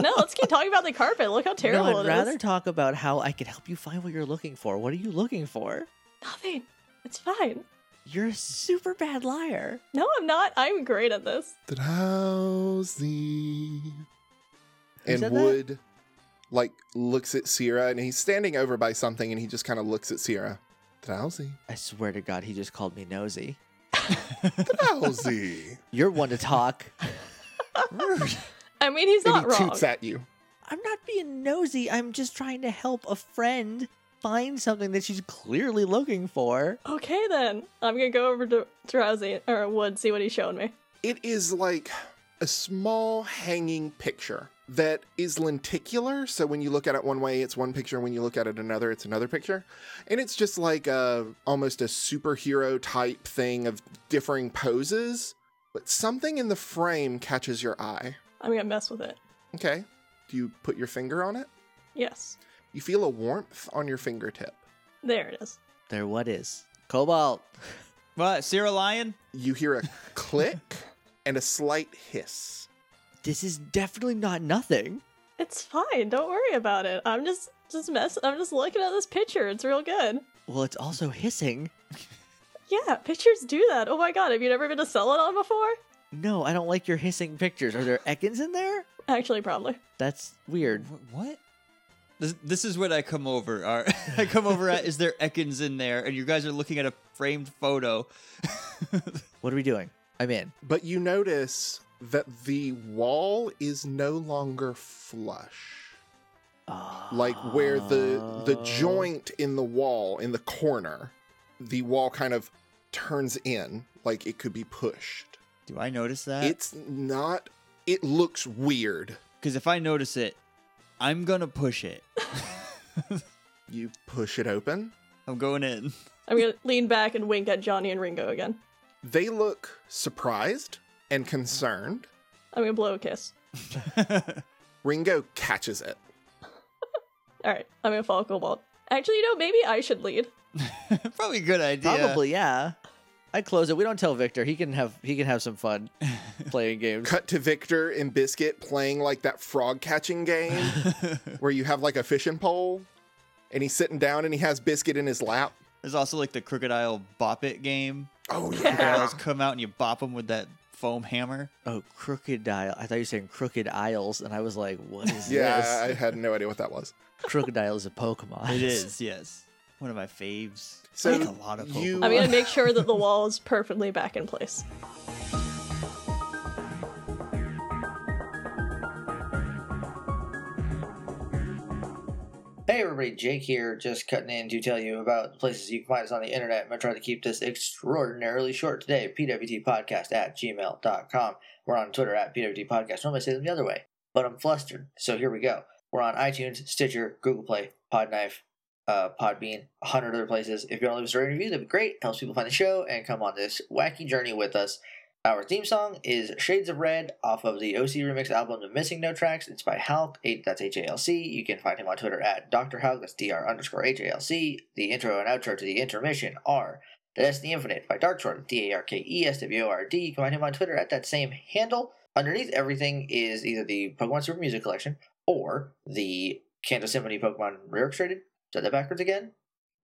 D: No, let's keep talking about the carpet. Look how [LAUGHS] terrible
B: no, I'd
D: it is.
B: rather talk about how I could help you find what you're looking for. What are you looking for?
D: Nothing. It's fine.
B: You're a super bad liar.
D: No, I'm not. I'm great at this.
A: Drowsy. And
B: said that?
A: Wood, like, looks at Sierra, and he's standing over by something, and he just kind of looks at Sierra. Drowsy.
B: I swear to God, he just called me nosy.
A: Drowsy.
B: You're one to
D: [LAUGHS]
B: talk.
D: I mean, he's
A: and
D: not
A: he
D: wrong.
A: toots at you.
B: I'm not being nosy. I'm just trying to help a friend find something that she's clearly looking for.
D: Okay, then. I'm gonna go over to Drowsy or Wood, see what he's showing me.
A: It is like a small hanging picture that is lenticular. So when you look at it one way, it's one picture. When you look at it another, it's another picture. And it's just like a almost a superhero type thing of differing poses. But something in the frame catches your eye.
D: I'm gonna mess with it.
A: Okay. Do you put your finger on it?
D: Yes.
A: You feel a warmth on your fingertip.
D: There it is.
B: There, what is? Cobalt.
C: [LAUGHS] What, Sarah Lyon?
A: You hear a click and a slight hiss.
B: This is definitely not nothing.
D: It's fine. Don't worry about it. I'm just just mess I'm just looking at this picture. It's real good.
B: Well, it's also hissing.
D: Yeah, pictures do that. Oh my god, have you never been to Celadon before?
B: No, I don't like your hissing pictures. Are there Ekans in there?
D: Actually, probably.
B: That's weird.
C: Wh- What? This, this is what I come over. Are, [LAUGHS] I come over at is there Ekans in there, and you guys are looking at a framed photo.
B: What are we doing? I'm in.
A: But you notice that the wall is no longer flush. Like where the the
B: Oh.
A: joint in the wall in the corner, the wall kind of turns in like it could be pushed.
C: Do I notice that?
A: It's not it looks weird.
C: Because if I notice it, I'm gonna push it.
A: You push it open.
C: I'm going in. [LAUGHS]
D: I'm gonna lean back and wink at Johnny and Ringo again.
A: They look surprised and concerned.
D: I'm gonna blow a kiss.
A: Ringo catches it.
D: All right, I'm gonna follow Cobalt. Actually, you know, maybe I should lead.
C: Probably a good idea.
B: Probably, yeah. I close it. We don't tell Victor. He can have he can have some
A: [LAUGHS]
B: fun playing games.
A: Cut to Victor and Biscuit playing like that frog catching game
C: [LAUGHS]
A: where you have like a fishing pole and he's sitting down and he has Biscuit in his lap.
C: There's also like the crocodile bop it game.
A: Oh, yeah.
C: [LAUGHS] Crocodiles come out and you bop them with that foam hammer.
B: Oh, crooked dial. I thought you were saying crooked aisles, and I was like, what is
A: yeah, I
B: this?
A: had no idea what that was.
B: Crocodile is a Pokemon.
C: It is, yes. One of my faves.
A: So
C: I like a lot of
A: you-
C: Pokemon.
D: I'm gonna make sure that the wall is perfectly back in place.
E: Hey everybody, Jake here, just cutting in to tell you about the places you can find us on the internet. I'm going to try to keep this extraordinarily short today. PWTpodcast at gmail.com. We're on Twitter at PWTpodcast. Normally I say them the other way, but I'm flustered. So here we go. We're on iTunes, Stitcher, Google Play, Podknife, uh, Podbean, a hundred other places. If you want to leave us a rating review, that'd be great. Helps people find the show and come on this wacky journey with us. Our theme song is Shades of Red off of the OC Remix album The Missing No Tracks. It's by Halk, eight, that's H A L C. You can find him on Twitter at Dr. Halk, that's DR underscore H A L C. The intro and outro to the intermission are The Destiny Infinite by Dark Sword, D A R K E S W O R D. You can find him on Twitter at that same handle. Underneath everything is either the Pokemon Super Music Collection or the Kanto Symphony Pokemon Reorchestrated. Said that backwards again?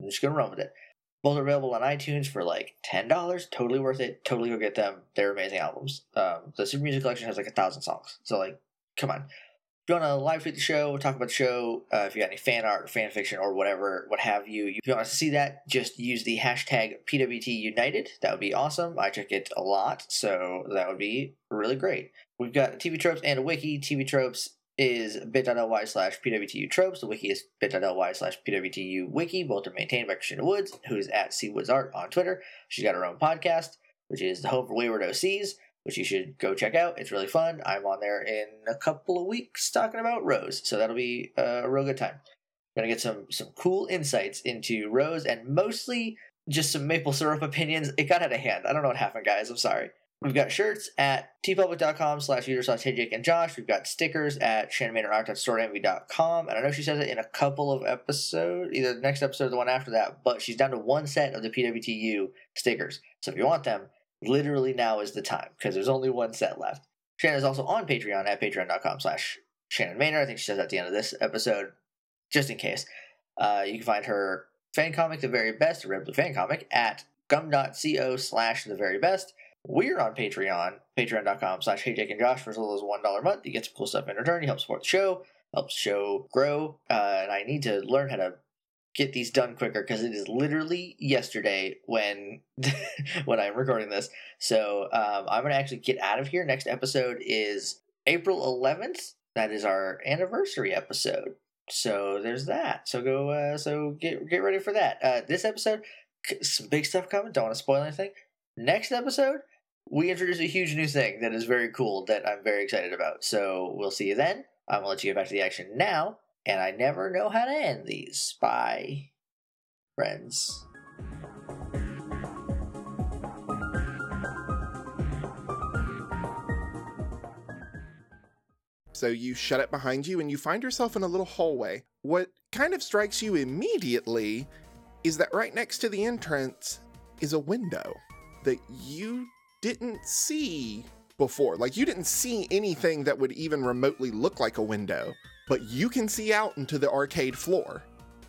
E: I'm just gonna run with it.
B: Both are available on iTunes for like ten dollars. Totally worth it. Totally go get them. They're amazing albums. Um, the Super Music Collection has like a thousand songs. So like, come on. If you want to live tweet the show, talk about the show, uh, if you got any fan art, or fan fiction, or whatever, what have you, if you want to see that, just use the hashtag PWTUnited. That would be awesome. I check it a lot, so that would be really great. We've got TV Tropes and a wiki. TV Tropes is bit.ly slash PWTU Tropes. The wiki is bit.ly slash PWTU Wiki. Both are maintained by Christina Woods, who's at CWoodsArt on Twitter. She's got her own podcast, which is The Home for Wayward OCs which you should go check out. It's really fun. I'm on there in a couple of weeks talking about Rose, so that'll be a real good time. I'm gonna get some some cool insights into Rose and mostly just some maple syrup opinions. It got out of hand. I don't know what happened, guys. I'm sorry. We've got shirts at tpublic.com slash user slash hey Jake and Josh. We've got stickers at shannonmanorarc.storeenvy.com. And I know she says it in a couple of episodes, either the next episode or the one after that, but she's down to one set of the PWTU stickers. So if you want them, literally now is the time because there's only one set left. Shannon is also on Patreon at patreon.com slash Shannon Maynard. I think she says at the end of this episode, just in case. Uh, you can find her fan comic, The Very Best, the Red Blue fan comic, at gum.co slash The Very Best. We're on Patreon, patreon.com slash Hey Jake and Josh for as little as $1 a month. You get some cool stuff in return. You help support the show, helps the show grow. Uh, and I need to learn how to get these done quicker because it is literally yesterday when [LAUGHS] when I'm recording this. So um, I'm gonna actually get out of here. Next episode is April 11th. That is our anniversary episode. So there's that. So go. Uh, so get get ready for that. Uh, this episode, c- some big stuff coming. Don't want to spoil anything. Next episode, we introduce a huge new thing that is very cool that I'm very excited about. So we'll see you then. I'm gonna let you get back to the action now and I never know how to end these. Bye, friends.
A: So you shut it behind you and you find yourself in a little hallway. What kind of strikes you immediately is that right next to the entrance is a window that you didn't see before. Like you didn't see anything that would even remotely look like a window, but you can see out into the arcade floor.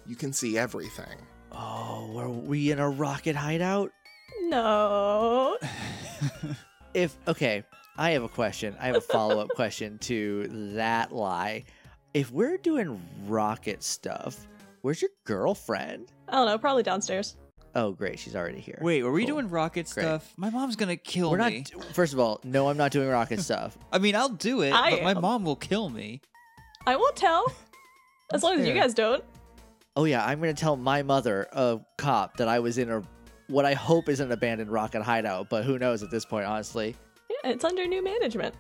A: You can see everything.
F: Oh, were we in a rocket hideout?
D: No.
F: If okay, I have a question. I have a follow
B: [LAUGHS]
F: up question to that lie. If we're doing rocket stuff, where's your girlfriend?
D: I don't know, probably downstairs.
F: Oh, great, she's already here.
C: [LAUGHS] Wait, were we
F: Cool.
C: doing rocket
F: Great.
C: stuff? My mom's gonna kill
F: We're
C: me.
F: not. First of all, no, I'm not doing
B: [LAUGHS]
F: rocket stuff.
C: I mean, I'll do it,
D: I
C: but my
D: am.
C: mom will kill me.
D: I won't tell. As long as you
C: Fair.
D: guys don't.
F: Oh yeah, I'm gonna tell my mother, a cop, that I was in a what I hope is an abandoned rocket hideout, but who knows at this point, honestly.
D: Yeah, it's under new management.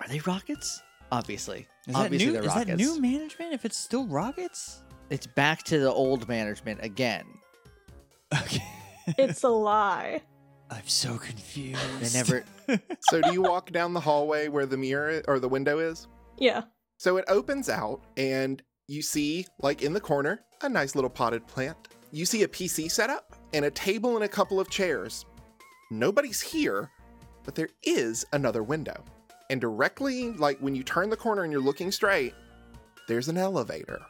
F: Are they rockets? Obviously.
C: Is that
F: Obviously
C: new?
F: they're
C: Is
F: rockets.
C: that new management? If it's still rockets?
F: It's back to the old management again.
C: Okay. [LAUGHS]
D: It's a lie.
C: I'm so confused.
F: They
C: [LAUGHS]
F: never
A: So do you walk down the hallway where the mirror or the window is?
D: Yeah.
A: So it opens out, and you see, like in the corner, a nice little potted plant. You see a PC setup and a table and a couple of chairs. Nobody's here, but there is another window. And directly, like when you turn the corner and you're looking straight, there's an elevator.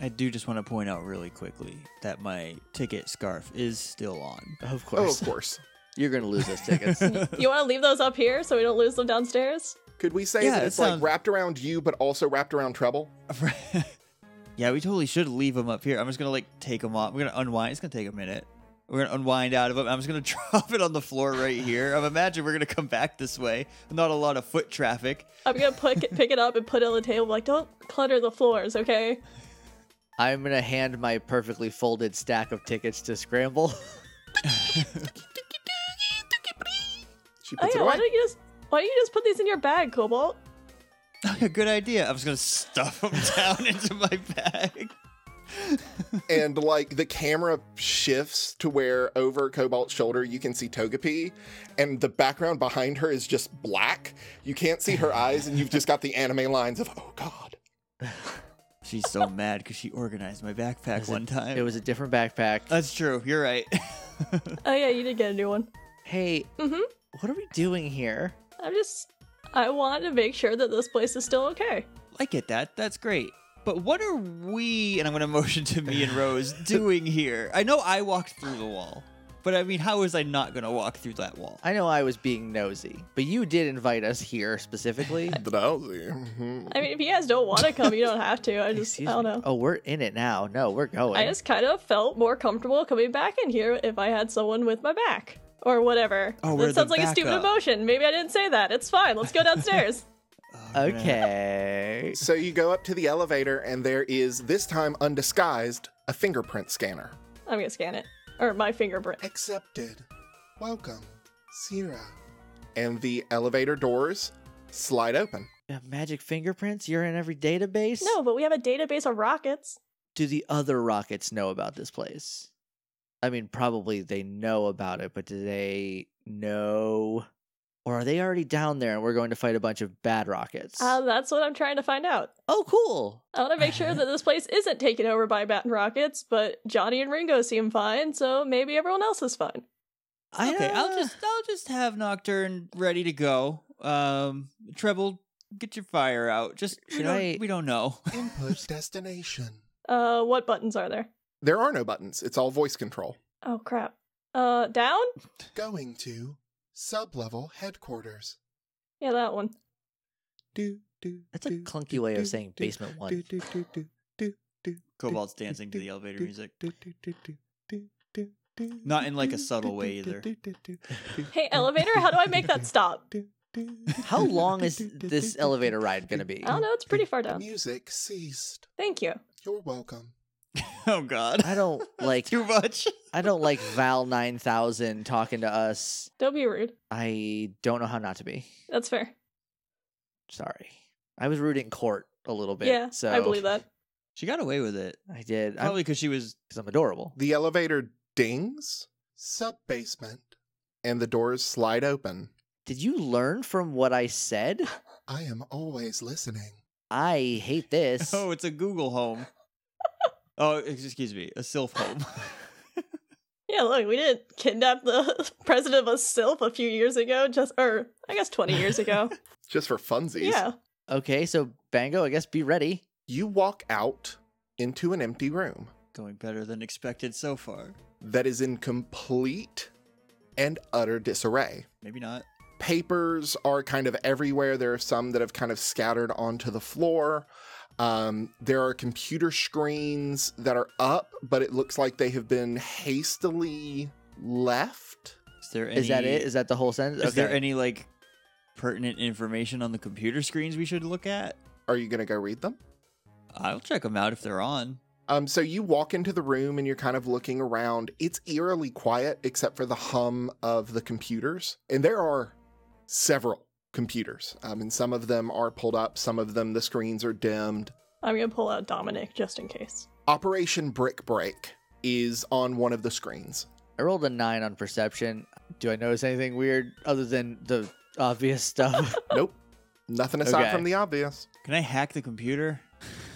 C: I do just want to point out really quickly that my ticket scarf is still on.
F: Of
A: Oh, [LAUGHS]
F: course.
A: of course.
F: You're gonna lose those
C: [LAUGHS]
F: tickets.
D: [LAUGHS] You want to leave those up here so we don't lose them downstairs?
A: Could we say
C: Yeah,
A: that
C: it
A: it's like
C: sounds-
A: wrapped around you, but also wrapped around Treble?
C: [LAUGHS] yeah, we totally should leave them up here. I'm just gonna like take them off. We're gonna unwind. It's gonna take a minute. We're gonna unwind out of them. I'm just gonna [LAUGHS] drop it on the floor right here. I'm imagine we're gonna come back this way. Not a lot of foot traffic. [LAUGHS]
D: I'm gonna pick it, pick it up and put it on the table. Like, don't clutter the floors, okay?
F: I'm gonna hand my perfectly folded stack of tickets to Scramble. [LAUGHS]
A: She
D: Oh,
A: puts
D: yeah,
A: it
D: why
A: away.
D: don't you just why don't you just put these in your bag, Cobalt?
C: Good idea. I'm just gonna stuff them [LAUGHS] down into my bag.
A: and like the camera shifts to where over Cobalt's shoulder you can see Togepi, and the background behind her is just black. You can't see her eyes, and you've just got the anime lines of "Oh God."
C: She's so mad because she organized my backpack
F: Listen,
C: one time.
F: It was a different backpack.
C: That's true. You're right. [LAUGHS]
D: Oh yeah, you did get a new one.
F: hey,
D: Mm-hmm.
F: what are we doing here?
D: I'm just I want to make sure that this place is still okay.
C: I get that. That's great. But what are we, and I'm going to motion to me and [LAUGHS] Rose, doing here? I know I walked through the wall, but I mean, how was I not going to walk through that wall?
B: I know I was being nosy, but you did invite us here
C: [LAUGHS]
B: specifically.
A: Drowsy. Mhm.
D: I mean, if you guys don't want to come, you don't have
B: [LAUGHS]
D: to. I just, I
B: Excuse
D: don't
B: me.
D: know.
B: Oh, we're in it now. No, we're going.
D: I just kind of felt more comfortable coming back in here if I had someone with my back or whatever.
C: Oh, we're
D: that sounds
C: the
D: like a stupid
C: backup.
D: emotion. Maybe I didn't say that. It's fine. Let's go downstairs. [LAUGHS]
C: Oh, I'm gonna-
B: okay.
A: So you go up to the elevator, and there is, this time undisguised, a fingerprint scanner.
D: I'm gonna scan it or my fingerprint.
A: Accepted. Welcome, Sira. And the elevator doors slide open.
B: You have magic fingerprints? You're in every database?
D: No, but we have a database of rockets.
B: Do the other rockets know about this place? I mean, probably they know about it, but do they know? Or are they already down there and we're going to fight a bunch of bad rockets?
D: Uh, that's what I'm trying to find out.
B: oh, cool.
D: I want to
B: [LAUGHS]
D: make sure that this place isn't taken over by Bat and Rockets, but Johnny and Ringo seem fine, so maybe everyone else is fine.
B: I,
C: okay, I'll
B: uh,
C: just I'll just have Nocturne ready to go. Um, Treble, get your fire out. Just we
B: Should
C: don't,
B: I-
C: we don't know.
A: Input destination.
D: Uh, what buttons are there?
A: There are no buttons. It's all voice control.
D: Oh crap. Uh, down?
A: Going to sublevel headquarters.
D: Yeah, that one.
A: Do, do,
B: That's a clunky way of saying basement one.
A: do, do, do, do, do,
C: [LAUGHS] Cobalt's dancing to the elevator music.
A: do, do, do, do, do, do, do,
C: Not in, like, a
A: do,
C: subtle
A: do,
C: way
A: do,
C: either.
A: do, do, do, do,
D: Hey,
A: do,
B: [LAUGHS]
D: elevator, how do I make that stop?
A: do, do,
B: How
A: do,
B: long
A: do,
B: is
A: do, do,
B: this
A: do,
B: elevator
A: do,
B: ride going to
A: do,
B: be?
D: I don't know, it's pretty far down.
A: Music ceased.
D: Thank you.
A: You're welcome.
C: [LAUGHS] Oh God, [LAUGHS]
A: [LAUGHS]
B: I don't like
C: too much.
B: I don't like Val 9000 talking to us.
D: Don't be rude.
B: I don't know how not to be.
D: That's fair.
B: Sorry. I was rooting court a little bit.
D: yeah,
B: so
D: I believe that.
C: She got away with it,
B: I did.
C: probably because she was
B: because I'm adorable.
A: The elevator dings. Sub basement. And the doors slide open.
B: Did you learn from what I
C: [LAUGHS]
B: said?
A: I am always listening.
B: I hate this.
C: [LAUGHS] Oh, it's a Google Home. [LAUGHS] oh, excuse me, a Sylph [LAUGHS] Home.
D: Yeah, look, we didn't kidnap the [LAUGHS] president of a SILF a few years ago, just, or I guess 20
B: [LAUGHS]
D: years ago.
A: Just for funsies.
D: yeah.
B: Okay, so Bango, I guess be ready.
A: You walk out into an empty room
C: Going better than expected so far.
A: that is in complete and utter disarray.
C: Maybe not.
A: papers are kind of everywhere. There are some that have kind of scattered onto the floor. Um, there are computer screens that are up, but it looks like they have been hastily left.
C: Is there any,
B: Is that it? Is that the whole sentence?
C: is there any like pertinent information on the computer screens we should look at?
A: Are you going to go read them?
C: I'll check them out if they're on.
A: Um, so you walk into the room and you're kind of looking around. It's eerily quiet except for the hum of the computers. And there are several computers. Um, and some of them are pulled up, some of them the screens are dimmed.
D: I'm gonna pull out Dominic just in case.
A: Operation Brick Break is on one of the screens.
B: I rolled a nine on perception. Do I notice anything weird other than the obvious
C: [LAUGHS]
B: stuff? [LAUGHS]
A: Nope. Nothing aside
B: Oh. Okay.
A: from the obvious.
C: Can I hack the computer?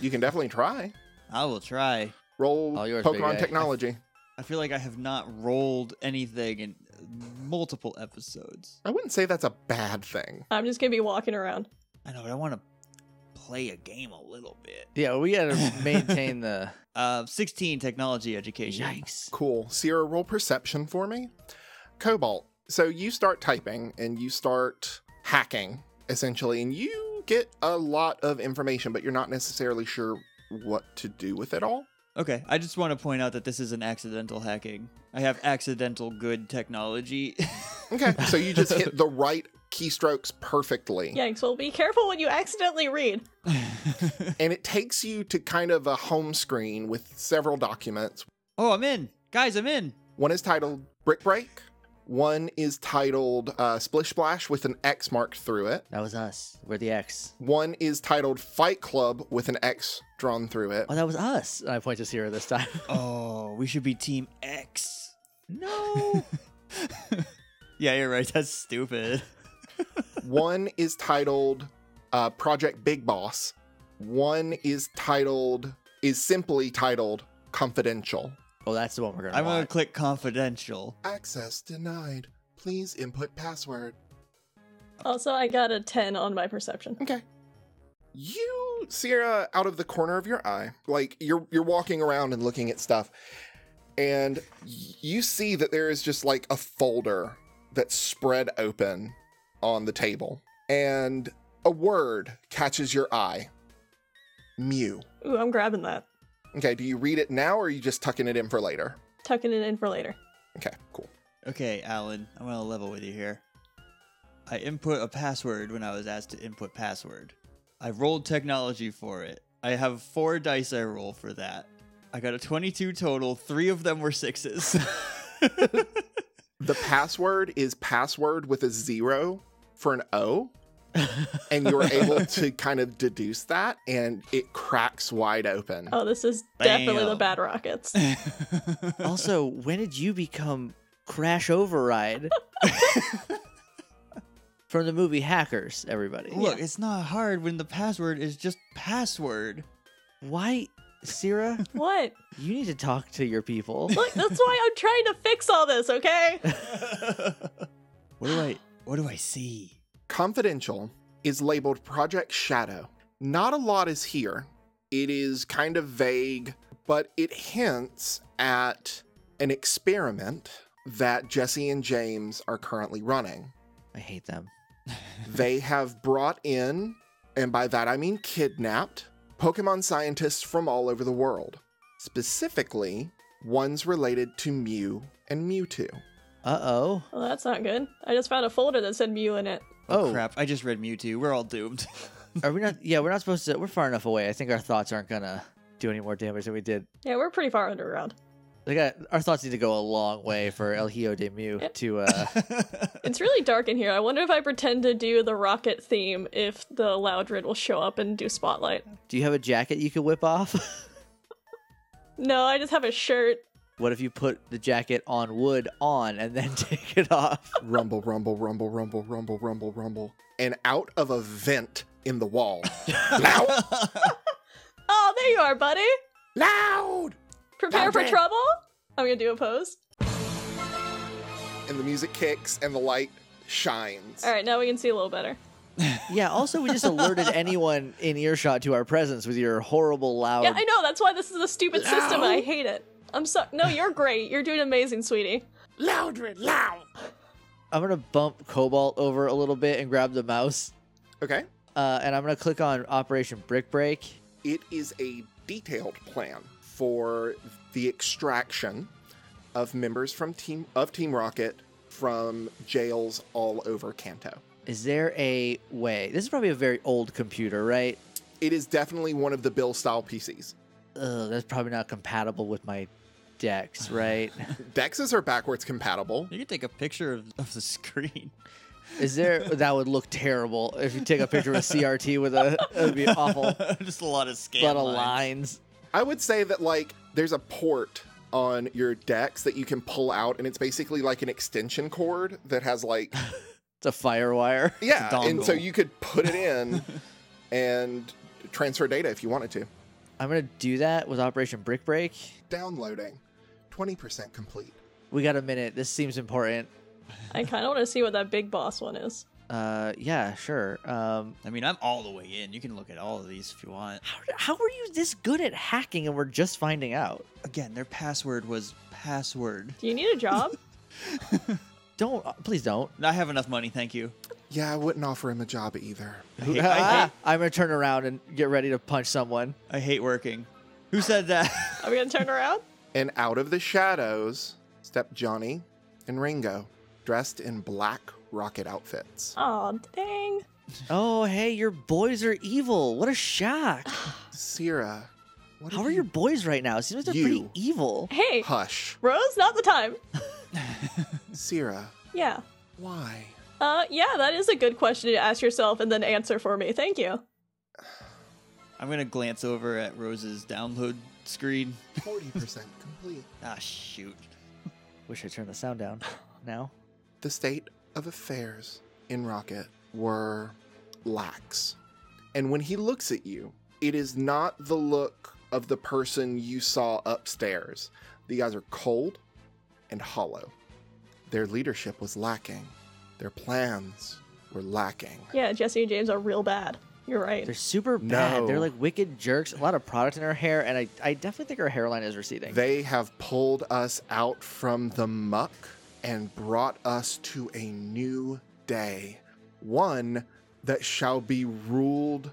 A: You can definitely try.
C: I will try.
A: Roll
B: All yours, big
A: Pokemon
B: guy.
A: technology.
C: I feel like I have not rolled anything in multiple episodes.
A: I wouldn't say that's a bad thing.
D: I'm just gonna be walking around.
C: I know, but I want to play a game a little bit.
B: yeah, we gotta maintain
C: [LAUGHS]
B: the.
C: Uh, 16 technology education.
A: Cool. Sierra, roll perception for me. Cobalt. So you start typing and you start hacking, essentially, and you get a lot of information, but you're not necessarily sure what to do with it all.
C: Okay, I just want to point out that this is an accidental hacking. I have accidental good technology. [LAUGHS]
A: Okay. So you just
B: [LAUGHS]
A: hit the right keystrokes perfectly.
D: Yanks, well, be careful when you accidentally read.
A: and it takes you to kind of a home screen with several documents.
C: oh, I'm in. Guys, I'm in.
A: One is titled Brick Break. One is titled uh, Splish Splash with an X marked through it.
B: That was us. We're the X.
A: One is titled Fight Club with an X drawn through it.
B: Oh, that was us. And I point to Sierra this time. [LAUGHS]
C: Oh, we should be Team X.
B: no.
C: [LAUGHS] Yeah, you're right. That's stupid.
A: [LAUGHS] One is titled uh, Project Big Boss. One is titled, is simply titled Confidential.
B: Oh, that's the one we're gonna.
C: I'm going to
B: want.
C: click confidential.
A: Access denied. Please input password.
D: Also, I got a 10 on my perception.
A: Okay. you Sierra out of the corner of your eye, like you're you're walking around and looking at stuff, and y- you see that there is just like a folder that's spread open on the table, and a word catches your eye. Mew.
D: Ooh, I'm grabbing that.
A: Okay, do you read it now or are you just tucking it in for later?
D: Tucking it in for later.
A: Okay, cool.
C: Okay, Alan, I'm gonna level with you here. I input a password when I was asked to input password. I rolled technology for it. I have four dice I roll for that. I got a 22 total. Three of them were sixes. [LAUGHS]
A: The password is password with a zero for an O. and you're able to kind of deduce that, and it cracks wide open.
D: Oh, this is definitely the
C: Bam.
D: bad rockets.
B: also, when did you become Crash Override? From the movie Hackers, everybody.
C: Look, it's not hard when the password is just password.
B: Why, Sierra,
D: what?
B: you need to talk to your people.
D: Look, that's why I'm trying to fix all this, okay?
C: [LAUGHS] What do I what do I see?
A: Confidential is labeled Project Shadow. Not a lot is here. It is kind of vague, but it hints at an experiment that Jesse and James are currently running.
B: I hate them.
A: they have brought in, and by that I mean kidnapped, Pokemon scientists from all over the world. Specifically, ones related to Mew and Mewtwo.
B: Uh oh.
D: Well, that's not good. I just found a folder that said Mew in it.
C: Oh,
B: Oh.
C: crap, I just read Mewtwo. We're all doomed. [LAUGHS]
B: Are we not? Yeah, we're not supposed to. We're far enough away. I think our thoughts aren't gonna do any more damage than we did.
D: Yeah, we're pretty far underground.
B: They got our thoughts need to go a long way for El Hijo de Mew to.
C: [LAUGHS]
B: uh
D: It's really dark in here. I wonder if I pretend to do the rocket theme if the Loudred will show up and do spotlight.
B: Do you have a jacket you could whip off? [LAUGHS]
D: No, I just have a shirt.
B: what if you put the jacket on wood on and then [LAUGHS] take it off?
A: rumble, rumble, rumble, rumble, rumble, rumble, rumble. And out of a vent in the
D: [LAUGHS]
A: wall. loud!
D: Oh, there you are, buddy.
A: Loud!
D: Prepare for
A: Loudred.
D: trouble. I'm gonna do a pose.
A: And the music kicks and the light shines.
D: All right, now we can see a little better.
B: Yeah. Also, we just
D: [LAUGHS]
B: alerted anyone in earshot to our presence with your horrible loud.
D: Yeah, I know. That's why this is a stupid system. I hate it. I'm so no. You're great. You're doing amazing, sweetie.
A: Loudred, loud!
B: I'm gonna bump Cobalt over a little bit and grab the mouse,
A: Okay.
B: uh, and I'm gonna click on Operation Brick Break.
A: It is a detailed plan for the extraction of members from team of Team Rocket from jails all over Kanto.
B: Is there a way? This is probably a very old computer, right?
A: It is definitely one of the Bill style PCs.
B: Ugh, that's probably not compatible with my decks,
D: [LAUGHS]
B: right?
A: Dexes are backwards compatible.
C: you can take a picture of, of the screen. [LAUGHS]
B: Is there that would look terrible if you take a picture of a CRT with a it would be
D: [LAUGHS]
B: awful. A
C: just a lot of scam.
B: lot of lines.
A: I would say that like there's a port on your Dex that you can pull out, and it's basically like an extension cord that has like
B: [LAUGHS] It's a firewire.
A: yeah, and so
C: dongle.
A: you could put it
B: [LAUGHS]
A: in and transfer data if you wanted to.
B: I'm gonna do that with Operation Brick Break.
A: Downloading, twenty percent complete.
B: We got a minute. This seems important.
D: I kind of want to see what that big boss one is.
B: Uh, yeah, sure. Um,
C: I mean, I'm all the way in. You can look at all of these if you want.
B: how, how are you this good at hacking and we're just finding out?
C: Again, their password was password.
D: Do you need a job?
B: Don't uh, please don't.
C: I have enough money, thank you.
A: Yeah, I wouldn't offer him a job either.
C: I hate, [LAUGHS] I
B: Ah,
C: hate,
B: I'm gonna turn around and get ready to punch someone.
C: I hate working. Who said that? [LAUGHS]
D: Are we gonna turn around?
A: And out of the shadows step Johnny and Ringo, dressed in black rocket outfits.
D: Oh, dang.
B: Oh, hey, your boys are evil. What a shock.
A: Sierra, what
B: How
A: have
B: are
A: you-
B: your boys right now? Seems like they're pretty
A: You.
B: evil.
D: Hey,
A: Hush,
D: Rose, not the time.
A: Sierra.
D: Yeah.
A: Why?
D: Uh, yeah, that is a good question to ask yourself and then answer for me. Thank you.
C: I'm gonna glance over at Rose's download screen.
A: Forty percent complete.
C: Ah, shoot.
B: Wish I turned the sound down. Now,
A: the state of affairs in Rocket were lax. And when he looks at you, it is not the look of the person you saw upstairs. The eyes are cold and hollow. Their leadership was lacking. Their plans were lacking.
D: Yeah, Jesse and James are real bad. You're right.
B: They're super bad. They're
A: No.
B: like wicked jerks. A lot of product in her hair, and I, I definitely think her hairline is receding.
A: They have pulled us out from the muck and brought us to a new day, one that shall be ruled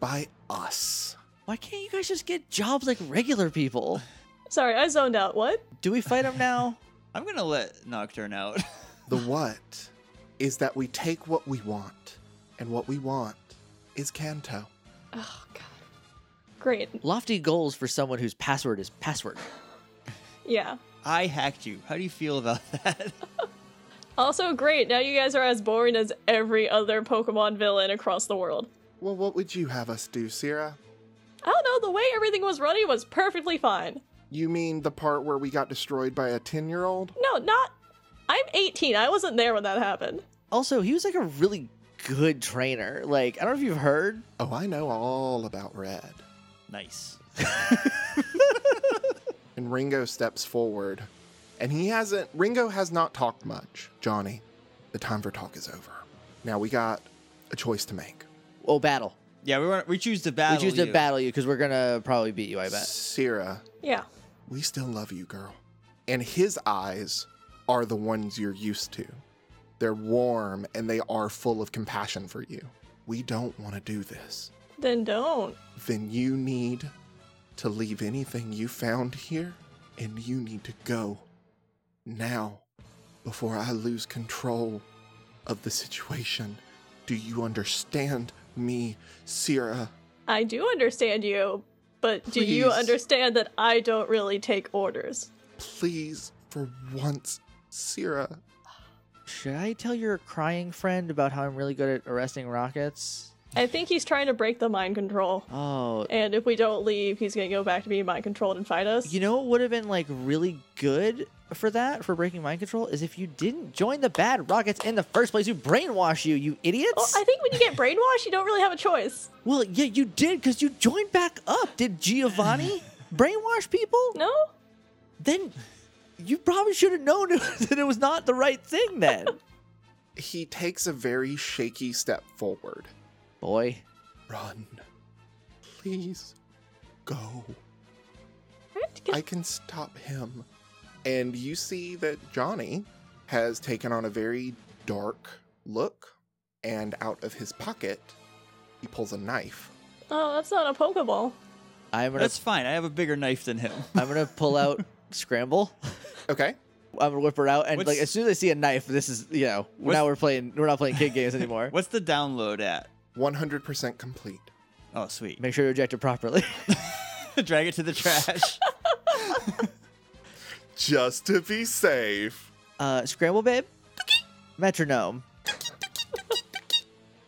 A: by us.
B: Why can't you guys just get jobs like regular people?
D: Sorry, I zoned out. What?
B: Do we fight them now?
C: I'm gonna let Nocturne out. [LAUGHS]
A: The what is that we take what we want, and what we want is Kanto.
D: Oh god. Great.
B: Lofty goals for someone whose password is password.
D: Yeah.
C: I hacked you. How do you feel about [LAUGHS] that?
D: Also great. Now you guys are as boring as every other Pokemon villain across the world.
A: Well, what would you have us do, Sierra?
D: I don't know, the way everything was running was perfectly fine.
A: You mean the part where we got destroyed by a 10 year old?
D: No, not I'm 18. I wasn't there when that happened.
B: Also, he was like a really good trainer. Like, I don't know if you've heard.
A: Oh, I know all about Red.
C: nice.
A: And Ringo steps forward. And he hasn't, Ringo has not talked much. Johnny, the time for talk is over. Now we got a choice to make.
B: Oh, battle.
C: Yeah, we want we choose to battle.
B: we choose to
C: you.
B: battle you because we're gonna probably beat you. I bet.
A: Sierra,
D: Yeah.
A: we still love you, girl. And his eyes are the ones you're used to. They're warm and they are full of compassion for you. We don't want to do this.
D: Then don't.
A: then you need to leave anything you found here and you need to go now before I lose control of the situation. Do you understand me, Sierra?
D: I do understand you, but do you
A: Please.
D: understand that I don't really take orders?
A: Please, for once, Sierra.
B: Should I tell your crying friend about how I'm really good at arresting rockets?
D: I think he's trying to break the mind control.
B: Oh,
D: And if we don't leave, he's gonna go back to being mind controlled and fight us.
B: you know what would have been like really good for that for breaking mind control is if you didn't join the bad rockets in the first place. You brainwash you, you idiots.
D: Well, Oh, I think when you get brainwashed, you don't really have a choice.
B: Well, yeah, you did because you joined back up. Did
D: [LAUGHS]
B: Giovanni brainwash people?
D: No?
B: Then you probably should have known [LAUGHS] that it was not the right thing then.
A: He takes a very shaky step forward.
B: [LAUGHS] Boy.
A: Run. Please, go.
D: I have to get-
A: I can stop him. And you see that Johnny has taken on a very dark look, and out of his pocket, he pulls a knife.
D: Oh, that's not a Pokeball.
B: I'm gonna
C: That's fine. I have a bigger knife than [LAUGHS] him.
B: [LAUGHS] I'm gonna pull out scramble.
A: Okay.
B: I'm gonna whip her out and
C: What's-
B: like as soon as I see a knife, this is you know,
C: What's-
B: now we're playing we're not playing kid games [LAUGHS] anymore.
C: What's the download at?
A: 100% complete.
C: Oh, sweet.
B: Make sure you eject it properly.
C: [LAUGHS]
B: [LAUGHS]
C: Drag it to the trash.
A: Just to be safe.
B: Uh scramble babe. Metronome.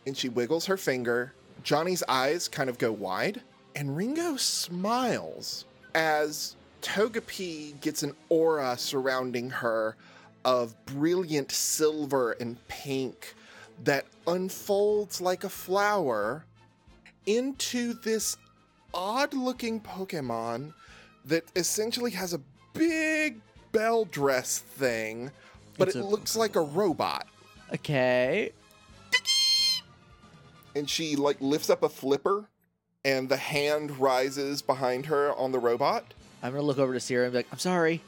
A: And she wiggles her finger. Johnny's eyes kind of go wide, and Ringo smiles as Togepi gets an aura surrounding her of brilliant silver and pink that unfolds like a flower into this odd looking Pokemon that essentially has a big bell dress thing, but
C: It's
A: it
C: a
A: looks like a robot
B: Okay.
A: and she like lifts up a flipper and the hand rises behind her on the robot
B: I'm gonna look over to Sierra and be like, I'm sorry.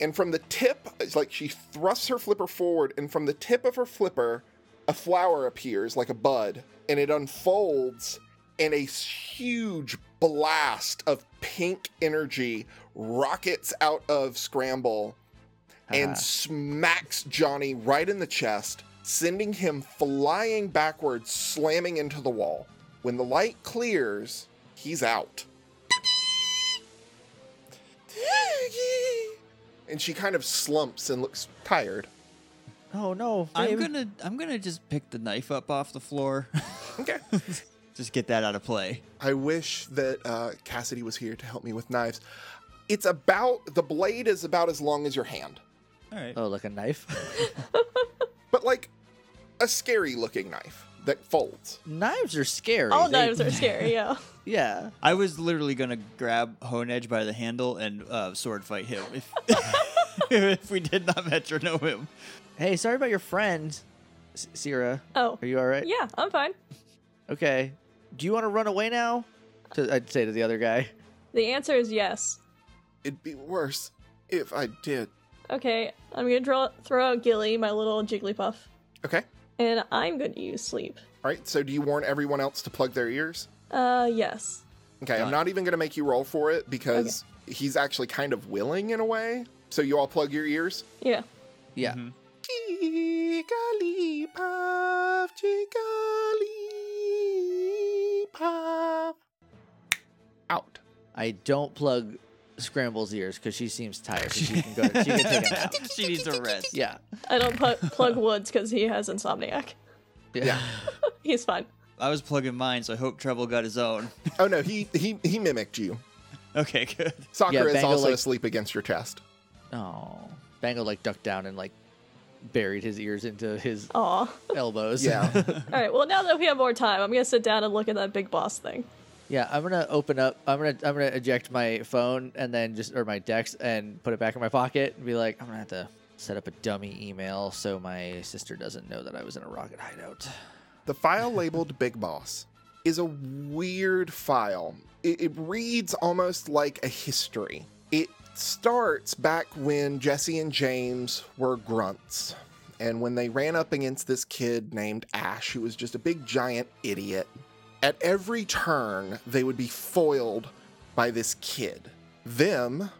A: and from the tip it's like she thrusts her flipper forward and from the tip of her flipper a flower appears like a bud and it unfolds and a huge blast of pink energy rockets out of scramble
B: Ah.
A: and smacks Johnny right in the chest, sending him flying backwards, slamming into the wall. When the light clears, he's out. And she kind of slumps and looks tired.
B: Oh no.
C: [LAUGHS] I'm
B: babe.
C: gonna I'm gonna just pick the knife up off the floor. [LAUGHS]
A: Okay.
C: just get that out of play.
A: [LAUGHS] I wish that uh, Cassidy was here to help me with knives. It's about, the blade is about as long as your hand,
C: All right.
B: Oh, like a knife. [LAUGHS]
A: but like a scary looking knife that folds.
B: knives are scary.
D: All
B: They-
D: knives are scary, yeah.
B: [LAUGHS] Yeah.
C: I was literally gonna grab Hone Edge by the handle and uh, sword fight him if [LAUGHS] if we did not metronome him. [LAUGHS]
B: Hey, sorry about your friend, S- Sierra.
D: Oh.
B: Are you all right?
D: Yeah, I'm fine.
B: Okay. Do you want to run away now? To, I'd say to the other guy.
D: The answer is yes.
A: It'd be worse if I did.
D: Okay, I'm gonna draw, throw out Gilly, my little Jigglypuff,
A: Okay.
D: and I'm gonna use sleep.
A: All right. So do you warn everyone else to plug their ears?
D: Uh, yes.
A: Okay.
C: Done.
A: I'm not even going to make you roll for it because he's actually kind of willing in a way. So you all plug your ears.
D: Yeah.
B: Yeah.
C: Mhm.
A: Jigglypuff, Jigglypuff. Out.
B: I don't plug Scramble's ears because she seems tired. So she can go. She can take a
C: [LAUGHS]
B: nap.
C: she needs a rest.
B: Yeah.
D: I don't pl-
B: [LAUGHS]
D: plug Woods because he has insomniac. [LAUGHS]
A: Yeah.
D: He's fine.
C: I was plugging mine, so I hope Treble got his own. [LAUGHS]
A: Oh no, he he he mimicked you.
C: okay, good.
A: Sakura is
B: Bango,
A: also
B: like-
A: asleep against your chest.
B: Oh. Bango like ducked down and like buried his ears into his
D: Aw.
A: [LAUGHS]
B: elbows.
A: Yeah.
D: All right. Well, now that we have more time, I'm gonna sit down and look at that big boss thing.
B: [LAUGHS] Yeah, I'm gonna open up. I'm gonna I'm gonna eject my phone and then just or my Dex and put it back in my pocket and be like, I'm gonna have to set up a dummy email so my sister doesn't know that I was in a rocket hideout.
A: The file labeled Big Boss is a weird file. It, it reads almost like a history. It starts back when Jesse and James were grunts, and when they ran up against this kid named Ash, who was just a big giant idiot. At every turn, they would be foiled by this kid. Them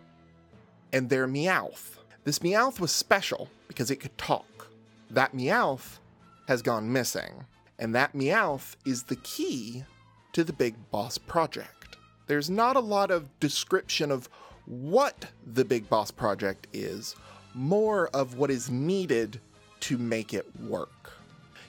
A: and their Meowth. This Meowth was special because it could talk. That Meowth has gone missing, and that Meowth is the key to the Big Boss Project. There's not a lot of description of what the Big Boss Project is, more of what is needed to make it work.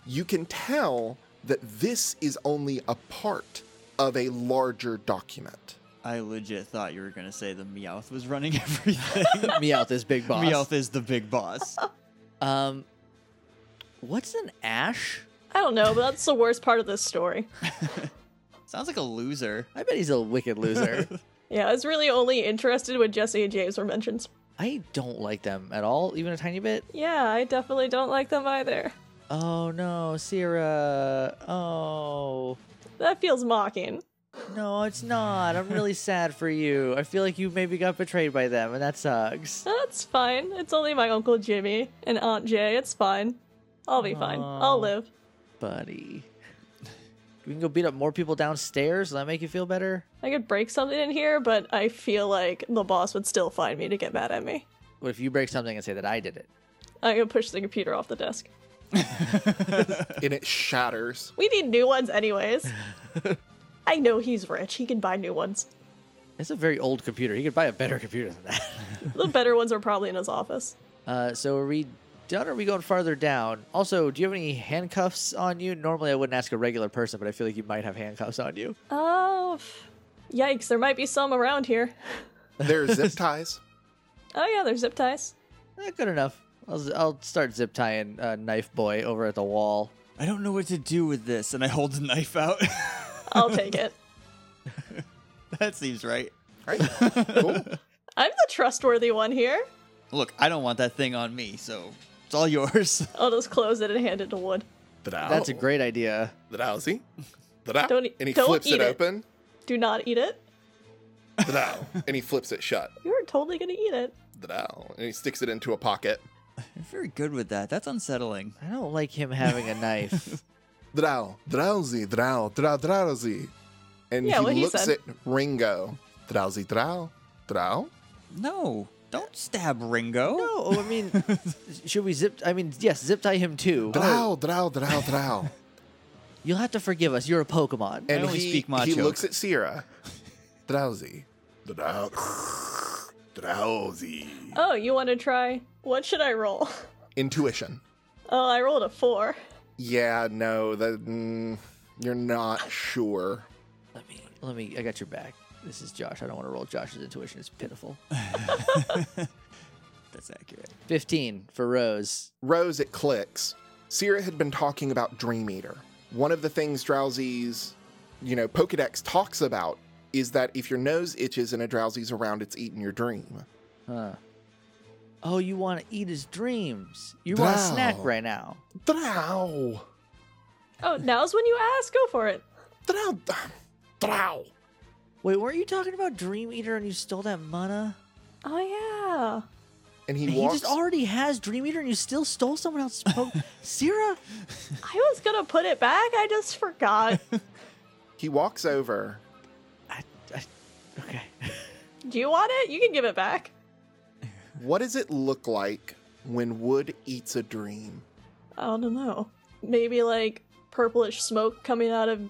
A: You can tell that this is only a part of a larger document.
C: I legit thought you were gonna say the Meowth was running [LAUGHS] everything.
B: Meowth is big boss.
C: Meowth is the big boss.
B: Um, what's an ash?
D: I don't know, but that's the worst part of this story.
C: Sounds like a loser.
B: I bet he's a wicked loser.
D: Yeah, I was really only interested when Jesse and James were mentioned.
B: I don't like them at all, even a tiny bit.
D: Yeah, I definitely don't like them either.
B: Oh no, Sierra. Oh.
D: That feels mocking.
B: No, it's not. I'm really sad for you. I feel like you maybe got betrayed by them, and that sucks.
D: That's fine. It's only my Uncle Jimmy and Aunt Jay. It's fine. I'll be fine.
B: Aw.
D: I'll live.
B: buddy. We can go beat up more people downstairs. Will that make you feel better?
D: I could break something in here, but I feel like the boss would still find me to get mad at me.
B: What if you break something and say that I did it?
D: I'm gonna push the computer off the desk.
A: And
B: [LAUGHS]
A: it shatters.
D: We need new ones, anyways. I know he's rich. He can buy new ones.
B: It's a very old computer. He could buy a better computer than that.
D: The better ones are probably in his office.
B: Uh, so are we done? Or are we going farther down? Also, do you have any handcuffs on you? Normally, I wouldn't ask a regular person, but I feel like you might have handcuffs on you.
D: Oh, f- yikes! There might be some around here.
A: There are zip ties.
D: Oh yeah, there's zip ties.
B: Eh, good enough. I'll, I'll start zip tying uh, Knife Boy over at the wall.
C: I don't know what to do with this, and I hold the knife out. [LAUGHS]
D: I'll take it.
C: that seems right.
A: All
B: [LAUGHS]
A: right. Cool.
D: I'm the trustworthy one here.
C: Look, I don't want that thing on me, so it's all yours. [LAUGHS]
D: I'll just close it and hand it to Wood.
B: That's
A: Oh.
B: a great idea.
A: Drowsy. Drow.
D: Don't e-
A: and he
D: don't
A: flips
D: eat
A: it,
D: it.
A: open.
D: Do not eat it.
A: Drow. and he flips it shut.
D: You're totally gonna eat it.
A: Drow. And he sticks it into a pocket.
C: You're very good with that. That's unsettling.
B: I don't like him having a knife. [LAUGHS]
A: Drow. Drowsy. Drow. Drow. Drowsy. And
D: Yeah, what
A: he
D: he
A: looks
D: said.
A: at Ringo. Drowsy. Drow. Drow.
C: No, don't stab Ringo.
B: no, oh, I mean, should we zip? I mean, yes, zip tie him too.
A: Drow. Drow. Drow. [LAUGHS] Drow.
B: You'll have to forgive us. You're a Pokemon.
A: And
C: only
A: he,
C: speak
A: he
C: Machoke.
A: looks at [LAUGHS] Sierra. Drowsy. Drow. Drowsy.
D: Oh, you want to try? What should I roll? [LAUGHS]
A: Intuition.
D: Oh, I rolled a four.
A: Yeah, no, that, mm, you're not sure.
B: Let me, let me. I got your back. This is Josh. I don't want to roll Josh's intuition. It's pitiful.
C: That's accurate.
B: Fifteen for Rose.
A: Rose, it clicks. Sierra had been talking about Dream Eater. One of the things Drowsy's, you know, Pokedex talks about is that if your nose itches and a Drowsy's around, it's eating your dream.
B: Huh. Oh, you want to eat his dreams? You want a snack
A: Drow.
B: right now?
A: Drow!
D: Oh, now's when you ask. Go for it.
A: Drow. Drow.
B: Wait, weren't you talking about Dream Eater and you stole that mana?
D: Oh
A: And he
B: He,
A: walks.
B: just already has Dream Eater and you still stole someone else's
A: [LAUGHS]
B: poke. Sierra,
C: Oh,
D: yeah. I was gonna put it back, I just forgot.
A: he walks over.
B: I, I, okay.
D: Do you want it? You can give it back.
A: What does it look like when wood eats a dream?
D: I don't know. Maybe like purplish smoke coming out of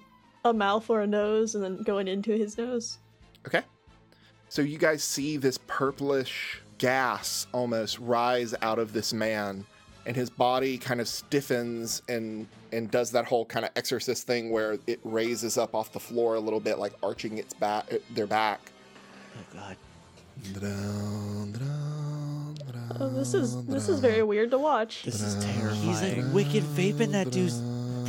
D: a mouth or a nose and then going into his nose.
A: Okay. So you guys see this purplish gas almost rise out of this man, and his body kind of stiffens and and does that whole kind of exorcist thing where it raises up off the floor a little bit, like arching its back, their back.
B: Oh God.
D: Oh, this is this is very weird to watch.
C: This is
B: He's
C: terrifying.
B: like wicked vaping that dude's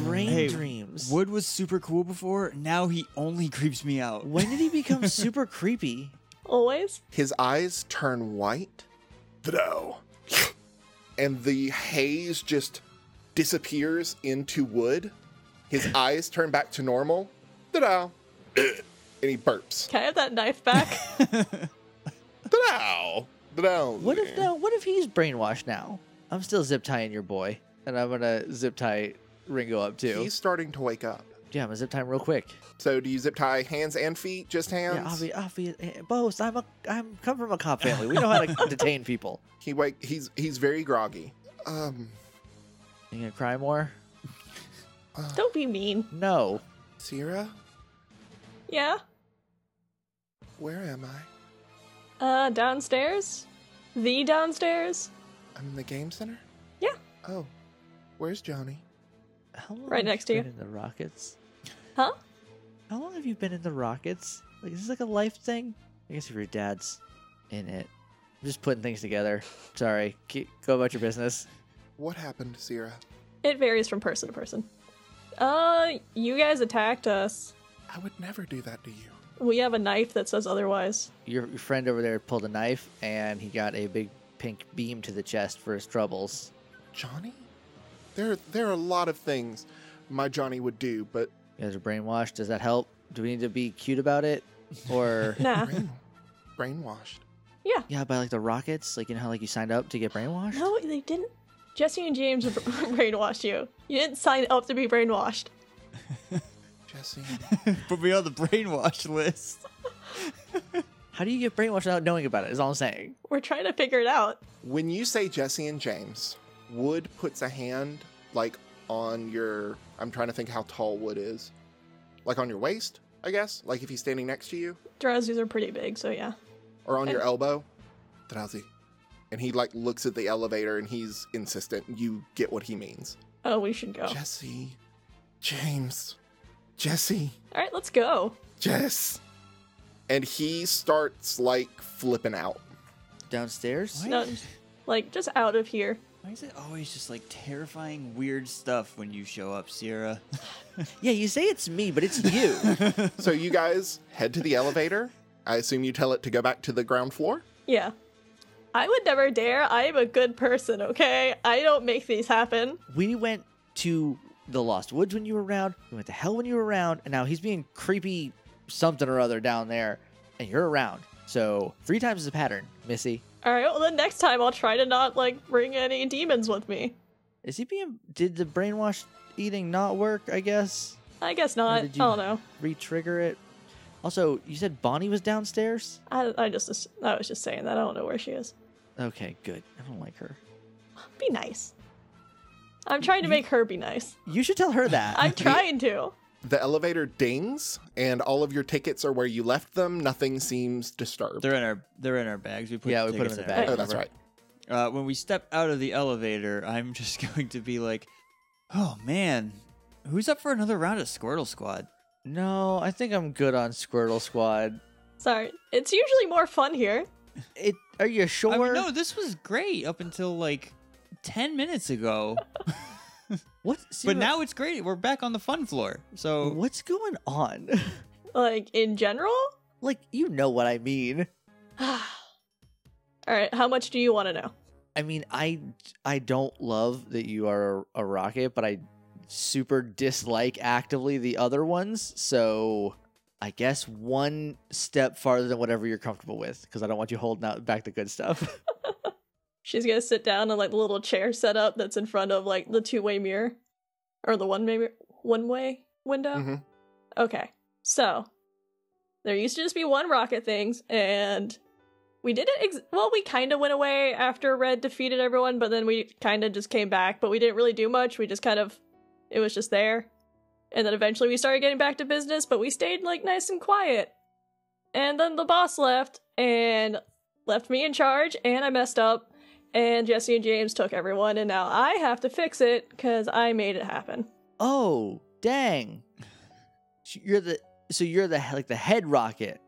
B: brain
C: Hey,
B: dreams.
C: Wood was super cool before. Now he only creeps me out.
B: when did he
A: [LAUGHS]
B: become super creepy?
D: Always.
A: His eyes turn white. Throw. And the haze just disappears into wood. His eyes turn back to normal. Ta-da. And he burps.
D: Can I have that knife back?
A: Ta-da. Ta-da.
B: What if now? What if he's brainwashed now? I'm still zip tying your boy, and I'm gonna zip tie Ringo up too.
A: He's starting to wake up.
B: Yeah, I'm gonna zip tie him real quick.
A: So do you zip tie hands and feet? Just
B: Yeah,
A: hands?
B: obvious, obvious. Both. eh, I'm a. I'm come from a cop family. We know how to detain people.
A: he wake he's he's very groggy. Um
B: You gonna cry more?
D: Don't be mean.
B: No.
A: Sierra,
D: Yeah.
A: where am I?
D: Uh, downstairs? The downstairs?
A: I'm in the game center?
D: Yeah.
A: Oh. Where's Johnny?
B: How long
D: Right
B: have
D: next to
B: you.
D: you.
B: Been in the Rockets.
D: Huh?
B: How long have you been in the Rockets? Like, is this like a life thing? I guess if your dad's in it, I'm just putting things together. Sorry. Keep, go about your business.
A: What happened, Sierra?
D: It varies from person to person. Uh, you guys attacked us.
A: I would never do that to you.
D: We have a knife that says otherwise.
B: Your, your friend over there pulled a knife, and he got a big pink beam to the chest for his troubles.
A: Johnny? There there are a lot of things my Johnny would do,
B: [LAUGHS]
A: but
B: You guys are brainwashed. Does that help? Do we need to be cute about it, or?
D: Nah.
A: brain, brainwashed.
D: Yeah.
B: Yeah, by like the Rockets, like you know how like you signed up to get brainwashed.
D: No, they didn't. Jesse and James br- [LAUGHS] brainwashed you. You didn't sign up to be brainwashed.
A: Jesse.
C: Put me on the brainwash list.
B: How do you get brainwashed without knowing about it? Is all I'm saying.
D: We're trying to figure it out.
A: when you say Jesse and James, Wood puts a hand like on your I'm trying to think how tall Wood is. Like on your waist, I guess. Like if he's standing next to you
D: Drowsies are pretty big, so yeah.
A: or on your elbow. Drowsy. And he like looks at the elevator and he's insistent. You get what he means.
D: Oh, we should go.
A: Jesse. James. Jesse.
D: All right, let's go.
A: Jess. And he starts like flipping out.
B: Downstairs.
C: Why,
D: No.
C: is,
D: Like, just out of here.
C: why is it always just like terrifying, weird stuff when you show up, Sierra?
B: Yeah, you say it's me, but it's you.
A: so you guys head to the elevator. I assume you tell it to go back to the ground floor.
D: Yeah. I would never dare. I am a good person, okay? I don't make these happen.
B: we went to the Lost Woods when you were around. We went to hell when you were around, and now he's being creepy something or other down there, and you're around. So three times is a pattern, Missy.
D: All right, well, then next time I'll try to not, like, bring any demons with me.
B: Is he being? Did the brainwash eating not work? I guess.
D: I guess
B: Or
D: not.
B: did you
D: I don't know.
B: Re-trigger it. Also, you said Bonnie was downstairs.
D: I, I just, I was just saying that. I don't know where she is.
B: Okay, good. I don't like her.
D: Be nice. I'm trying to make her be nice.
B: You should tell her
D: [LAUGHS]
B: that.
D: I'm trying to.
A: The elevator dings, and all of your tickets are where you left them. Nothing seems disturbed.
C: They're in our they're in our bags. We put
B: Yeah,
C: the
B: we put
C: tickets
B: them in
C: our
B: the bag.
A: oh, that's right.
C: uh, when we step out of the elevator, I'm just [LAUGHS] going to be like, oh man, who's up for another round of Squirtle Squad?
B: no, I think I'm good on Squirtle Squad.
D: Sorry. It's usually more fun here.
B: It. Are you sure?
C: I mean, no, this was great up until like 10 minutes ago.
B: What?
C: but
B: Sierra,
C: now it's great. We're back on the fun floor. So
B: what's going on? [LAUGHS]
D: Like, in general? [SIGHS]
B: like, you know what I mean.
D: All right, how much do you want to know?
B: I mean, I I don't love that you are a, a rocket, but I super dislike actively the other ones. So I guess one step farther than whatever you're comfortable with, because I don't want you holding out back the good stuff. [LAUGHS]
D: She's gonna sit down on like the little chair set up that's in front of like the two way mirror or the one way one way window.
A: Mhm.
D: Okay, so there used to just be one rocket things, and we didn't. Ex- well, we kind of went away after Red defeated everyone, but then we kind of just came back. But we didn't really do much. We just kind of it was just there, and then eventually we started getting back to business. But we stayed like nice and quiet, and then the boss left and left me in charge, and I messed up. And Jesse and James took everyone, and now I have to fix it because I made it happen.
B: oh,
C: [SIGHS]
B: dang! So You're the so you're the like the head rocket.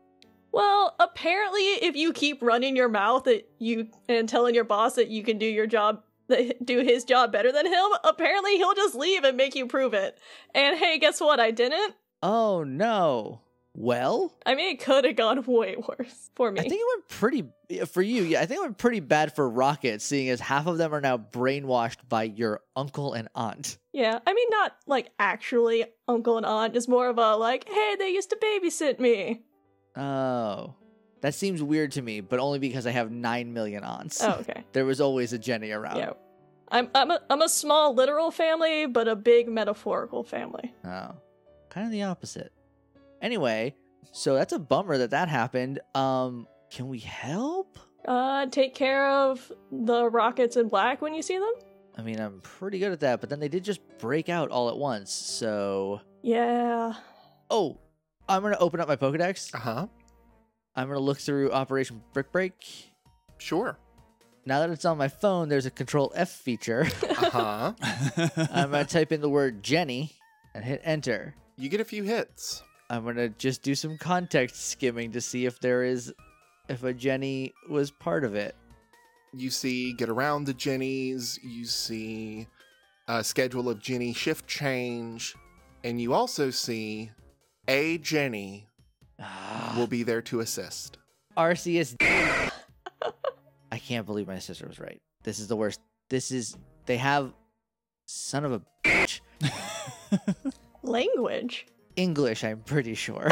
D: Well, apparently, if you keep running your mouth that you and telling your boss that you can do your job, [LAUGHS] that do his job better than him, apparently he'll just leave and make you prove it. And hey, guess what? I didn't.
B: Oh no. Well,
D: I mean, it could have gone [LAUGHS] way worse for me.
B: I think it went pretty yeah, for you. Yeah, I think it went pretty bad for Rocket, seeing as half of them are now brainwashed by your uncle and aunt.
D: yeah, I mean, not like actually uncle and aunt. It's more of a like, hey, they used to babysit me.
B: Oh, that seems weird to me, but only because I have nine million aunts.
D: Oh, okay.
B: [LAUGHS] There was always a Jenny around.
D: Yeah. I'm I'm a, I'm a small literal family, but a big metaphorical family.
B: Oh, kind of the opposite. Anyway, so that's a bummer that that happened. Um, can we help?
D: Uh, take care of the rockets in black when you see them.
B: I mean, I'm pretty good at that, but then they did just break out all at once. So,
D: Yeah.
B: oh, I'm gonna open up my Pokedex.
A: Uh huh.
B: I'm gonna look through Operation Brick Break.
A: Sure.
B: Now that it's on my phone, there's a Control F feature.
A: Uh huh.
B: I'm gonna type in the word Jenny and hit enter.
A: you get a few hits.
B: I'm gonna just do some context skimming to see if there is, if a Jenny was part of it.
A: You see, get around the Jennies. You see, a schedule of Jenny shift change, and you also see a Jenny will be there to assist.
B: Arceus. I can't believe my sister was right. This is the worst. This is they have, son of a bitch.
D: Language.
B: English, I'm pretty sure.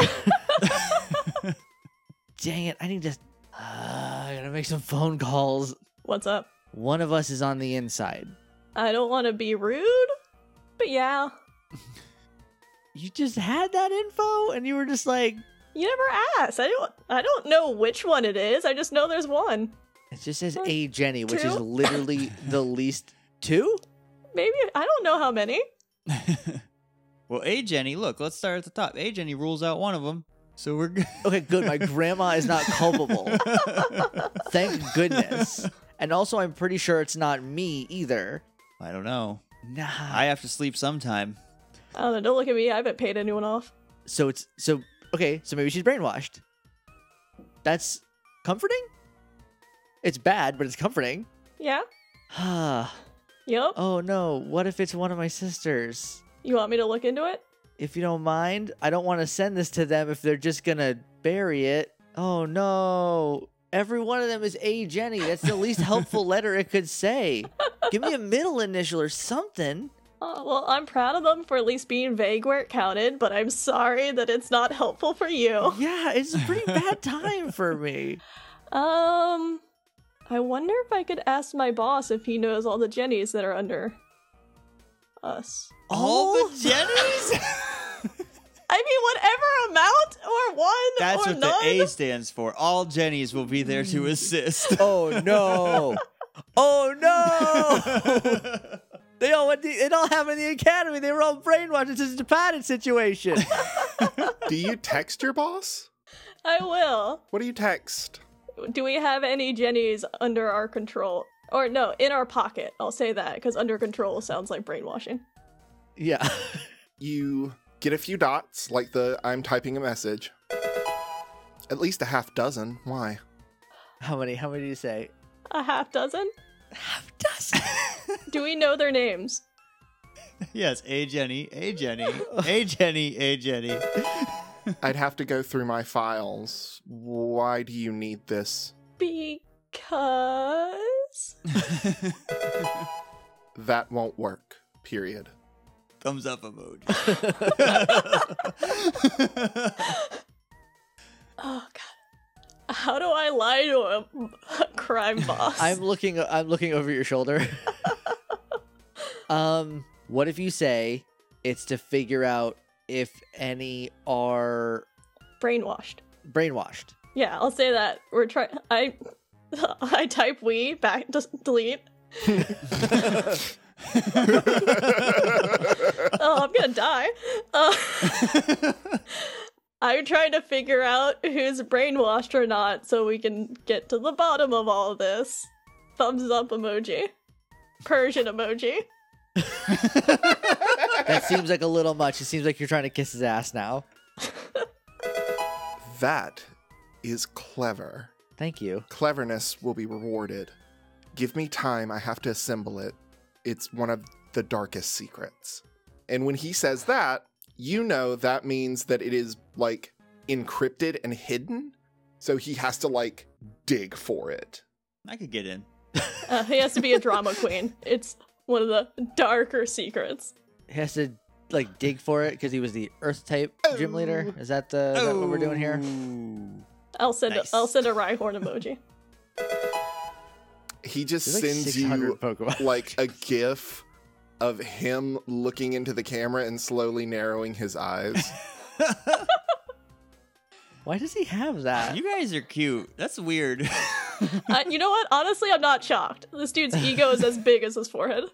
B: Dang it! I need to. Ah, I gotta make some phone calls.
D: What's up?
B: One of us is on the inside.
D: I don't want to be rude, but yeah,
B: You just had that info and you were just like,
D: you never asked. I don't. I don't know which one it is. I just know there's one.
B: it just says
D: Or
B: a Jenny, which is
D: two?
B: literally the least two?
D: Maybe I don't know how many.
C: [LAUGHS] well, A Jenny, look, let's start at the top. A Jenny rules out one of them, so we're good.
B: Okay, good. My grandma is not culpable. Thank goodness. And also, I'm pretty sure it's not me either.
C: [LAUGHS] I don't know.
B: Nah.
C: I have to sleep sometime.
D: I don't know. Don't look at me. I haven't paid anyone off.
B: so it's, so, okay, so maybe she's brainwashed. That's comforting? It's bad, but it's comforting. [SIGHS]
D: Yeah.
B: Ah.
D: Yep.
B: oh no, what if it's one of my sisters?
D: You want me to look into it?
B: if you don't mind, I don't want to send this to them if they're just gonna bury it. Oh no. Every one of them is A Jenny. That's the least helpful letter it could say. Give me a middle initial or something.
D: Oh, well, I'm proud of them for at least being vague where it counted, but I'm sorry that it's not helpful for you.
B: Yeah, it's a pretty bad time for me.
D: Um, I wonder if I could ask my boss if he knows all the Jennies that are under us.
C: All
B: All
C: the Jennies?
D: I mean, whatever amount or one
C: That's
D: or
C: what
D: Oh, none.
C: the A stands for. All Jennies will be there to assist.
B: Oh no. Oh no. [LAUGHS] They all went to, it all happened in the academy. They were all brainwashed. It's just a padded situation.
A: Do you text your boss?
D: I will.
A: What do you text?
D: Do we have any Jennies under our control? Or no, in our pocket. I'll say that because under control sounds like brainwashing.
B: [LAUGHS] Yeah.
A: You get a few dots, like the I'm typing a message. At least a half dozen. Why?
B: How many? How many do you say?
D: A half dozen?
B: Half dozen.
D: Do we know their names?
C: yes, A Jenny, A Jenny, A Jenny, A Jenny.
A: I'd have to go through my files. Why do you need this?
D: Because.
A: That won't work. Period.
C: Thumbs up emoji.
D: Oh god. How do I lie to a, a crime boss?
B: I'm looking. I'm looking over your [LAUGHS] shoulder. um, what if you say it's to figure out if any are
D: brainwashed.
B: brainwashed?
D: Yeah, I'll say that. We're trying. I [LAUGHS] I type we back just delete. Oh, I'm gonna die. Uh, [LAUGHS] I'm trying to figure out who's brainwashed or not, so we can get to the bottom of all this. Thumbs up emoji, Persian emoji.
B: That seems like a little much. It seems like you're trying to kiss his ass now.
A: That is clever.
B: Thank you.
A: Cleverness will be rewarded. Give me time, I have to assemble it. It's one of the darkest secrets. And when he says that, you know that means that it is like encrypted and hidden. So he has to like dig for it.
C: I could get in.
D: Uh, he has to be
B: [LAUGHS]
D: a drama queen. It's one of the darker secrets.
B: He has to like dig for it because he was the Earth type gym
D: Oh.
B: leader. Is that the is that what we're doing here?
C: Ooh.
D: I'll send
C: Nice.
D: a, I'll send a Rhyhorn emoji.
A: He just
B: There's like
A: sends
B: 600
D: [LAUGHS]
A: you
B: Pokemon.
A: like a gif of him looking into the camera and slowly narrowing his eyes.
B: Why does he have that?
C: You guys are cute. That's weird. [LAUGHS]
D: I, Uh, you know what? Honestly, I'm not shocked. This dude's ego is as big as his forehead.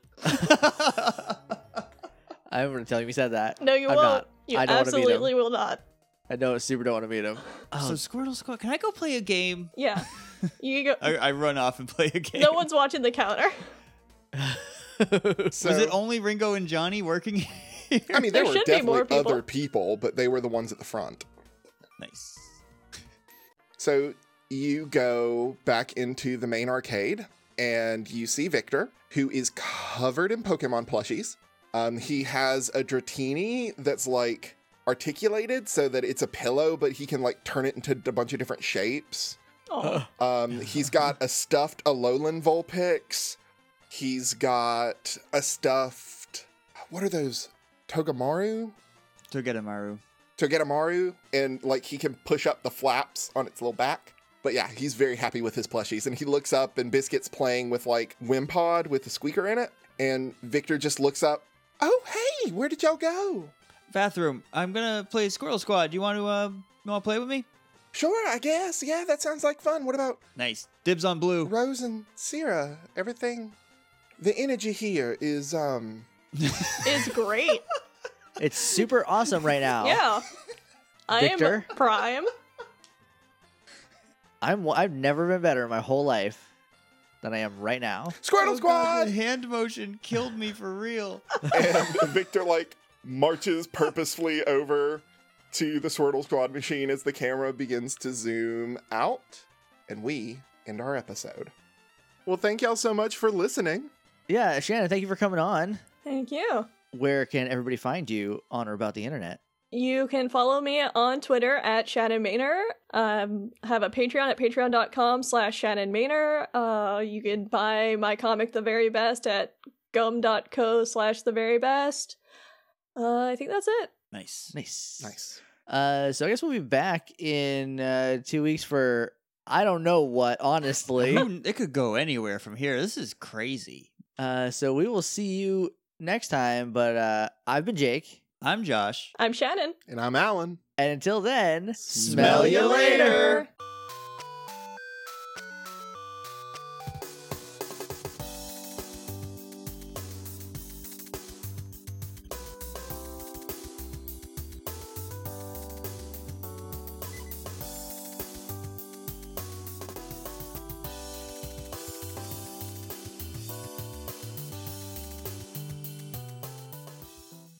B: I'm gonna tell him you said that.
D: No, you
B: I'm
D: won't.
B: not.
D: You
B: I don't wanna meet him.
D: absolutely will not.
B: I know I super don't want to meet him.
C: So Squirtle Squirtle, can I go play a game?
B: [LAUGHS]
D: Yeah. You go.
C: I, I run off and play a game.
D: No one's watching the counter.
A: So,
C: [LAUGHS] Was it only Ringo and Johnny working [LAUGHS] here?
A: I
D: [LAUGHS]
A: mean, there,
D: There
A: were
D: should be
A: definitely
D: more people.
A: other people, but they were the ones at the front.
C: nice.
A: So you go back into the main arcade and you see Victor, who is covered in Pokemon plushies. Um, he has a Dratini that's like articulated so that it's a pillow, but he can like turn it into a bunch of different shapes.
D: Oh,
A: Um, he's got a stuffed Alolan Vulpix. He's got a stuffed, what are those? Togamaru?
C: Togedemaru.
A: Togedemaru, and like he can push up the flaps on its little back. But yeah, he's very happy with his plushies. And he looks up, and Biscuit's playing with like Wimpod with the squeaker in it. And Victor just looks up, Oh, hey, where did y'all go?
C: Bathroom. I'm gonna play Squirrel Squad. Do you want to uh, you want to play with me?
A: Sure, I guess. Yeah, that sounds like fun. What about
C: Nice. Dibs on blue.
A: Rose and Sierra? Everything. The energy here is, um,
D: it's
B: [LAUGHS]
D: great.
B: It's
D: [LAUGHS]
B: super awesome right now.
D: Yeah. I am
B: Victor?
D: prime.
B: I'm. I've never been better in my whole life than I am right now.
A: Squirtle
C: Oh, God,
A: Squad!
C: the hand motion killed me for real. [LAUGHS]
A: and [LAUGHS] Victor, like, marches purposefully over to the Squirtle Squad machine as the camera begins to zoom out. And we end our episode. Well, thank y'all so much for listening.
B: Yeah, Shannon, thank you for coming on.
D: Thank you.
B: Where can everybody find you on or about the internet?
D: You can follow me on Twitter at Shannon Maynor. Um, have a Patreon at patreon.com slash Shannon Maynor. Uh, you can buy my comic The Very Best at gum.co slash The Very Best. Uh, I think that's it.
C: Nice.
B: Nice.
A: Nice.
B: Uh, so I guess we'll be back in uh, two weeks for I don't know what, honestly.
C: Who- it could go anywhere from here. This is crazy.
B: uh, so we will see you next time. But uh, I've been Jake,
C: I'm
D: [LAUGHS]
C: Josh.
D: I'm Shannon.
A: And I'm Alan.
B: and until then,
C: Smell you later.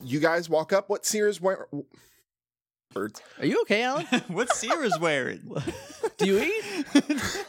A: You guys walk up. What Sears wear? Birds.
B: Are you okay, Alan?
C: What's Sierra's wearing?
B: Do you eat?